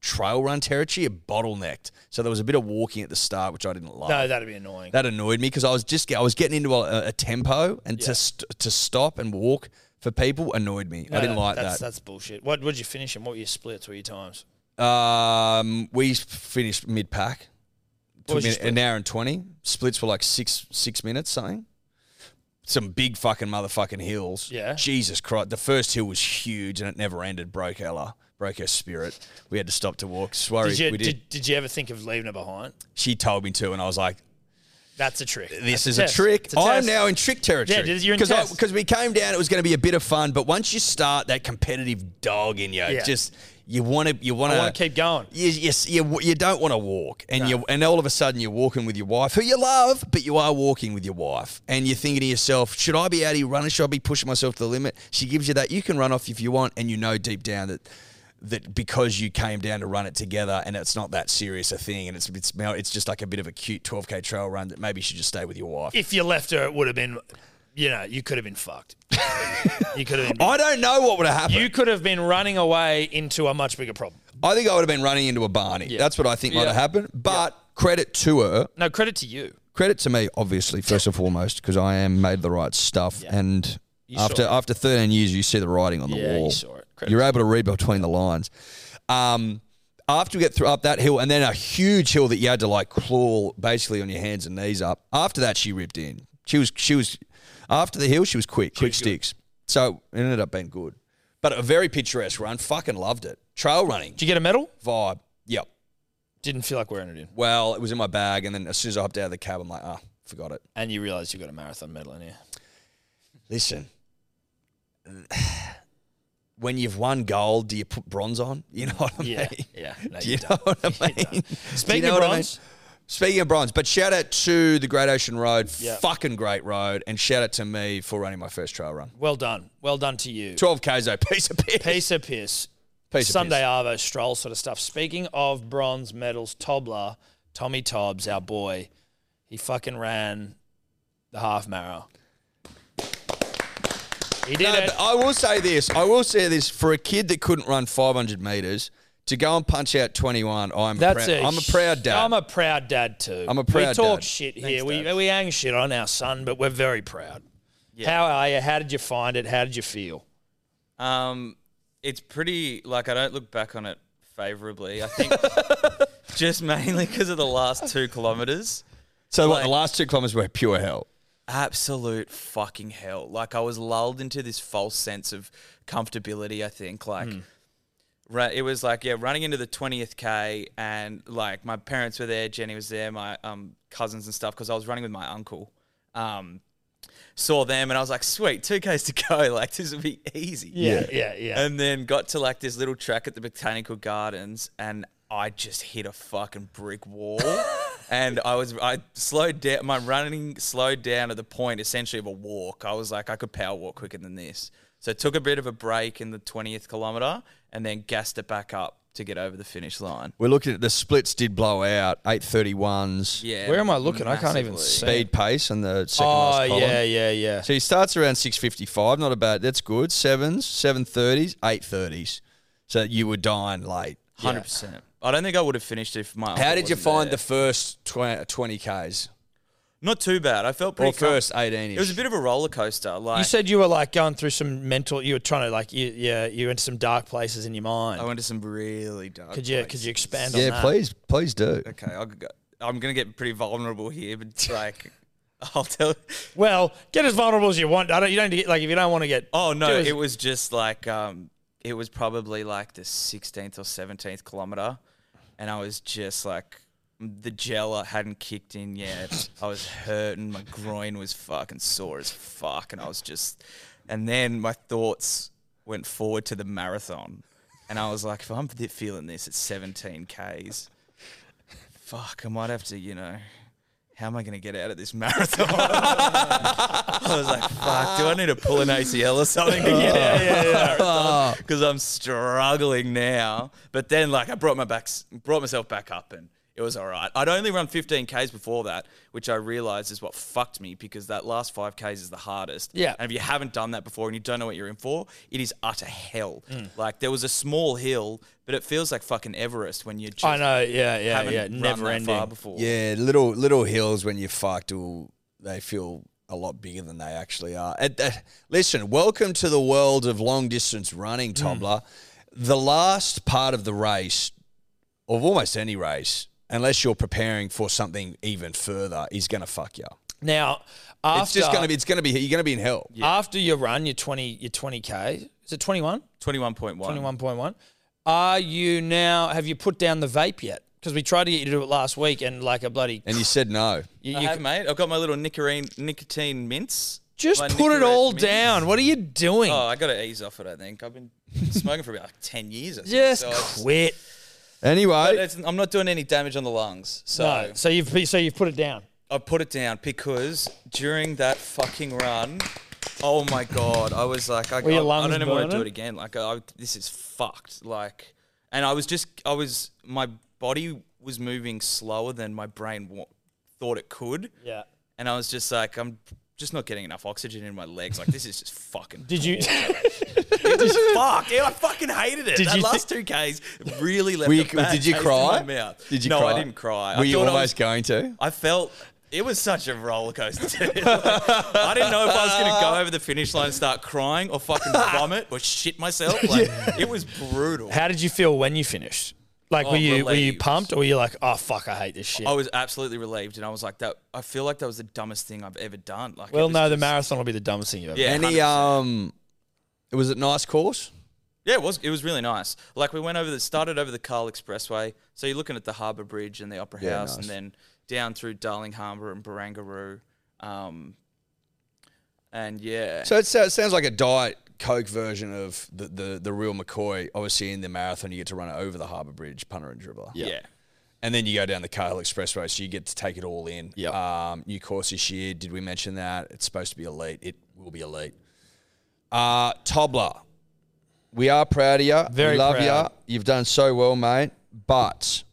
trail run territory, it bottlenecked. So there was a bit of walking at the start, which I didn't like. no, that'd be annoying. That annoyed me because I was just I was getting into a, a tempo and to st- to stop and walk for people annoyed me. I No, didn't like that's, that. That's bullshit. What would you finish and what were your splits? What were your times? Um, we finished mid pack. What Took was me your an hour and twenty. Splits were like six six minutes something. Some big fucking motherfucking hills. Yeah. Jesus Christ, the first hill was huge and it never ended. Broke Ella, broke her spirit. We had to stop to walk. Sorry, Did you we did. did. Did, you ever think of leaving it behind? She told me to, and I was like, That's a trick. this That's is a test. trick. It's a I'm test. now in trick territory. Yeah, you're in test. Because we came down, it was going to be a bit of fun, but once you start that competitive dog in you, Yeah. just you want to, you want I want to keep going. You, you, you, you don't want to walk, and you and all of a sudden you're walking with your wife, who you love, but you are walking with your wife, and you're thinking to yourself, should I be out here running? Should I be pushing myself to the limit? She gives you that you can run off if you want, and you know deep down that that because you came down to run it together, and it's not that serious a thing, and it's it's now- it's just like a bit of a cute 12k trail run that maybe you should just stay with your wife. If you left her, it would have been, you know, you could have been fucked. you could have. Been, I don't know what would have happened. you could have been running away into a much bigger problem. I think I would have been running into a Barney. That's what I think might Yeah. have happened. But credit to her. No credit to you. credit to me, obviously, first and foremost, because I am made the right stuff. And after saw after 13 years, you see the writing on the Yeah, you wall. saw it. Credit You're able to read between the lines. Um, after we get through up that hill, and then a huge hill that you had to like claw basically on your hands and knees up. After that, she ripped in. She was she was after the hill, she was quick, quick sticks. So it ended up being good, but a very picturesque run. Fucking loved it. Trail running Did you get a medal? vibe. Yep. Didn't feel like wearing it in. Well, it was in my bag, and then as soon as I hopped out of the cab, I'm like, ah, forgot it. And you realised you got a marathon medal in here. Listen, when you've won gold, do you put bronze on? You know what I mean? Yeah, yeah. No, Do you you don't. know what I mean? Speaking of bronze- Speaking of bronze, but shout out to the Great Ocean Road, Yeah. fucking great road, and shout out to me for running my first trail run. Well done. Well done to you. 12 Ks though, piece of piss. Piece of piss. Piece of Sunday piss. Arvo stroll sort of stuff. Speaking of bronze medals, Tobler, Tommy Tobbs, our boy, he fucking ran the half mara. He did No, it. but I will say this. I will say this for a kid that couldn't run 500 meters to go and punch out 21. I'm That's prou- it. I'm a proud dad. I'm a proud dad too. I'm a proud We talk dad. shit here. we we hang shit on our son, but we're very proud. How are you? How did you find it? How did you feel? Um, it's pretty like I don't look back on it favorably. I think just mainly because of the last two kilometers. so what, the last two kilometers were pure hell. absolute fucking hell. Like I was lulled into this false sense of comfortability. I think like. ra- It was like yeah, running into the twentieth k, and like my parents were there, Jenny was there, my um, cousins and stuff, because I was running with my uncle. Um, saw them, and I was like, sweet, two k's to go, like this will be easy. Yeah, yeah, yeah. And then got to like this little track at the Botanical Gardens, and I just hit a fucking brick wall. and I was I slowed down. My running slowed down to the point essentially of a walk. I was like, I could power walk quicker than this. So took a bit of a break in the twentieth kilometer, and then gassed it back up to get over the finish line. We're looking at the splits did blow out, 831s, Yeah. Where am I looking? I can't even massively. see. speed pace and the second Oh last column. yeah, yeah, yeah. So he starts around 655, not a bad, that's good. Sevens, 730s, 830s. So you were dying late. Hundred percent. I don't think I would have finished if my. How did you find the first 20, 20Ks? Not too bad. I felt pretty. Or first 18 it was a bit of a roller coaster. Like You said you were like going through some mental. You were trying to like, you, yeah, you went to some dark places in your mind. I went to some really dark. could you could places. you expand on that? Yeah, please, please do. okay, I'll go, I'm gonna get pretty vulnerable here, but like, I'll tell. Well, get as vulnerable as you want. I don't. You don't get like if you don't want to get. Oh no, do as- it was just like um, it was probably like the 16th or 17th kilometer, and I was just like, the gel hadn't kicked in yet. I was hurting, my groin was fucking sore as fuck, and I was just, and then my thoughts went forward to the marathon, and I was like, if I'm th- feeling this at 17 k's. fuck, I might have to, you know, how am I going to get out of this marathon? I was like, fuck, do I need to pull an ACL or something to get out of this marathon? Because I'm struggling now. But then, like, I brought my back, brought myself back up, and it was all right. I'd only run 15 k's before that, which I realized is what fucked me because that last five k's is the hardest. Yeah. And if you haven't done that before and you don't know what you're in for, it is utter hell. Mm. Like there was a small hill, but it feels like fucking Everest when you just I know, yeah, yeah, haven't yeah. run Never that far ending. before. Yeah, little little hills when you're fucked will they feel a lot bigger than they actually are. At, at- listen, welcome to the world of long distance running, Mm. Tobler. The last part of the race, of almost any race, unless you're preparing for something even further, is gonna fuck you. Now, after it's just gonna be. It's gonna be. You're gonna be in hell. after you run your twenty your twenty k, is it 21? 21.1. 21.1. Are you now? Have you put down the vape yet? Because we tried to get you to do it last week, and like a bloody And you said no. you, I you have, c- mate. I've got my little nicotine nicotine mints. just My put it Nicorette all mints. down. What are you doing? Oh, I got to ease off it. I think I've been smoking for about like ten years. I think. just So it's- quit. but Anyway, it's, I'm not doing any damage on the lungs, so No, so you've so you've put it down. I put it down because during that fucking run, oh my god, I was like, I, Were your I- I lungs don't even want to do burning? it again. Like, I, this is fucked. Like, and I was just, I was, my body was moving slower than my brain wa- thought it could. Yeah. and I was just like, I'm just not getting enough oxygen in my legs. Like this is just fucking Did you? fuck. Dude, I fucking hated it. Did that you last two k's really left were you- a bad did you taste cry? In my mouth. Did you no, cry? I didn't cry. Were I you thought almost I was, going to? I felt it was such a roller coaster. dude. Like, I didn't know if I was gonna go over the finish line, and start crying, or fucking vomit, or shit myself. Like it was brutal. how did you feel when you finished? Like, Oh, were you were you relieved. pumped, or were you like, oh fuck, I hate this shit? I was absolutely relieved, and I was like, "That." I feel like that was the dumbest thing I've ever done. Like, it well, was no, the just- marathon will be the dumbest thing you've ever. Yeah, Any 100%. um, was it nice course? Yeah, it was it was really nice. Like we went over the started over the Carl Expressway. So you're looking at the Harbour Bridge and the Opera Yeah, House, nice. and then down through Darling Harbour and Barangaroo. Um, and yeah, So it, so- it sounds like a diet coke version of the, the, the real McCoy. Obviously, in the marathon, you get to run it over the Harbour Bridge, punter and dribbler. yeah. And then you go down the Cahill Expressway, so you get to take it all in. Yep. Um, new course this year. Did we mention that? It's supposed to be elite. It will be elite. Uh, Tobler, we are proud of you. Very we love proud. you. You've done so well, mate. But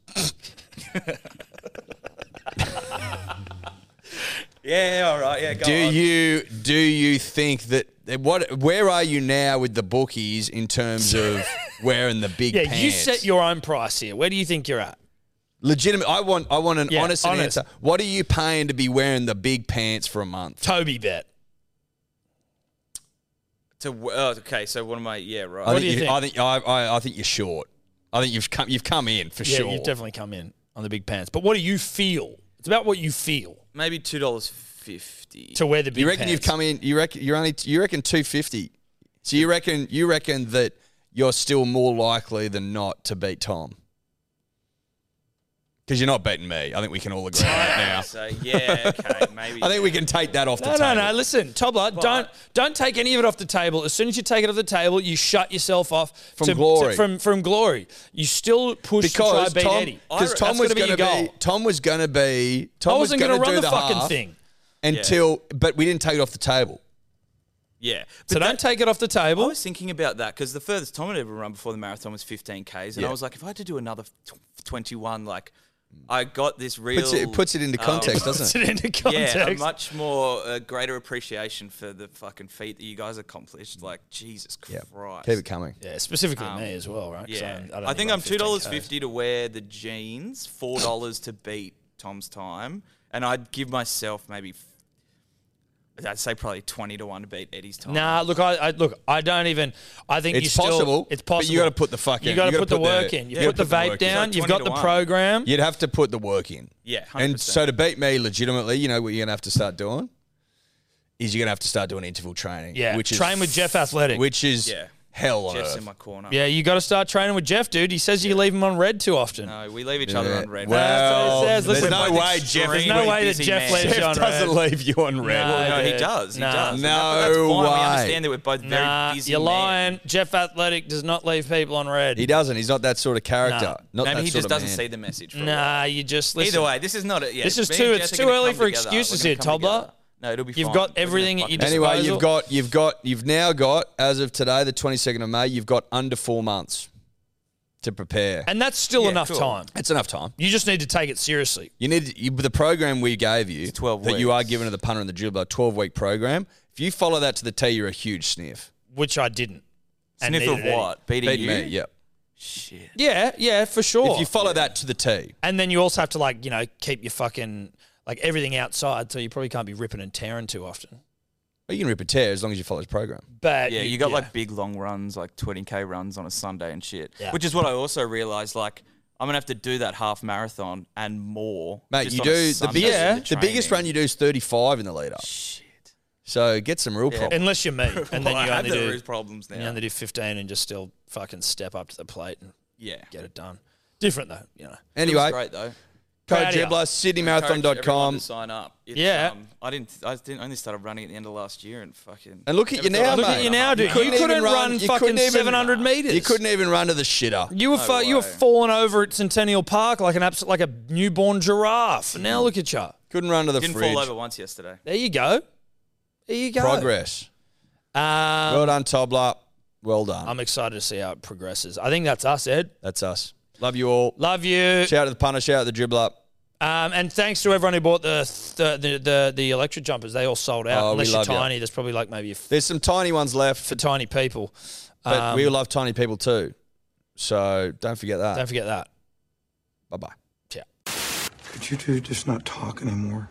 yeah, All right, yeah. Go do on. you do you think that what where are you now with the bookies in terms of wearing the big Yeah, pants? you set your own price here. Where do you think you're at? Legitimate. I want. I want an Yeah, honest, honest. answer. What are you paying to be wearing the big pants for a month? Toby bet. to w- oh, okay? So what am I? Yeah, right. I do you you- think? I think. I, I, I think you're short. I think you've come. You've come in for Yeah, sure. you've definitely come in on the big pants. But what do you feel? It's about what you feel Maybe two dollars fifty. to wear the big. you reckon you've pants. come in. You reckon you're only. You reckon two fifty. So you reckon you reckon that you're still more likely than not to beat Tom. Because you're not beating me. I think we can all agree on that now. So yeah, okay, maybe. I think we can take that off the No, no, table. no. Listen, Tobler, don't don't take any of it off the table. As soon as you take it off the table, you shut yourself off From to- glory. to- from from glory. You still push to Because try beat Tom, Eddie. because That's Tom was gonna going to be your be, goal. Tom was going to be, Tom I was wasn't going to gonna do run the, fucking half. thing. until but we didn't take it off the table. yeah. But So don't take it off the table. I was thinking about that because the furthest Tom had ever run before the marathon was 15 k's, and I was like, if I had to do another tw- 21, like, I got this real. Puts it, it puts it into um, context, doesn't it? Put it into context. Yeah, a much more uh, greater appreciation for the fucking feat that you guys accomplished. Like Jesus Yeah. Christ! Keep it coming. Yeah, specifically me as well, right? 'Cause Um, Yeah, I'm- I, don't think run I'm two dollars 15Ks. fifty to wear the jeans, four dollars to beat Tom's time, and I'd give myself maybe. f- I'd say probably twenty to one to beat Eddie's time. Nah, look, I, I look, I don't even. I think It's you still- possible, It's but possible. you gotta put the fuck in. You got You to gotta put the put the- work in. You yeah, put the put the vape work in. down. Like You've 20 got to the one. program. You'd have to put the work in. Yeah, 100%. And so to beat me legitimately, you know what you're gonna have to start doing is you're gonna have to start doing interval training. Yeah, which train is, with Jeff Athletic. Which is Yeah. hell on Jeff's earth. in my corner. Yeah, you got to start training with Jeff, dude. He says you leave him on red too often. No, we leave each other Yeah. on red. Well, That's what it says. there's Listen, no both way Jeff, There's no way that busy Jeff man. leaves you Jeff on doesn't red. leave you on red. No. No, he dude. does. He Nah. does. And that- No that's way. fine. We understand that we're both very Nah, busy. you're men. lying. Jeff Athletic does not leave people on red. He doesn't. He's not that sort of character. Not that Maybe he sort just of doesn't man. see the message. For what- nah, you just listen. Either way, this is not a. Yeah, This is me too- and it's Jess are too gonna early come for together. We're excuses gonna here, come Tobler. together. No, it'll be fine. You've got We're gonna everything at your fucking- Anyway, disposal. you've got you've got you've now got as of today, the 22nd of May, you've got under four months to prepare. and that's still Yeah, enough cool. time. It's enough time. You just need to take it seriously. You need you, the program we gave you 12 that you are weeks. giving to the punter and the dribbler, twelve week program. If you follow that to the T, you're a huge sniff. which I didn't. And Sniff neither of did he. what? Beating Beat you? me, yeah. Shit. Yeah, yeah, for sure. If you follow that to the T, and then you also have to like you know keep your fucking like everything outside, so you probably can't be ripping and tearing too often. well, you can rip a tear as long as you follow this program. But Yeah, you got like big long runs, like 20k runs on a Sunday and shit. Yeah. Which is what I also realized. Like, I'm gonna have to do that half marathon and more. Mate, just you on a do the Sunday biggest in the biggest run training. you do is thirty five in the lead up. Shit. So get some real problems. unless you're me, and Well, then you I have only the do roof problems now. you only do fifteen and just still fucking step up to the plate and yeah. get it done. Different though, you know. Anyway, It was great though. code Proud of you. dribbler, Encourage everyone sydneymarathon.com. to Sign up. It's, Yeah. um, I didn't. I didn't. I Only started running at the end of last year and fucking. And look at you Never thought now, I'd Look run at mate. you a now, half dude. You couldn't couldn't, even run- run, you fucking couldn't even- seven hundred meters. You couldn't even run to the shitter. You were No fu- you were way. falling over at Centennial Park like an abs- like a newborn giraffe. And now look at you. Couldn't run to the Didn't fridge. fall over once yesterday. There you go. There you go. Progress. Um, well done, Tobler. Well done. I'm excited to see how it progresses. I think that's us, Ed. That's us. Love you all. Love you. Shout out to the punter. Shout out to the dribbler. Um, and thanks to everyone who bought the the, the, the, the electric jumpers. They all sold out. Oh, we Unless you're love ya. tiny, there's probably like maybe a f- There's some tiny ones left, for tiny people. but Um, we love tiny people too. So don't forget Don't that. forget that. Bye bye. Could you two just not talk anymore?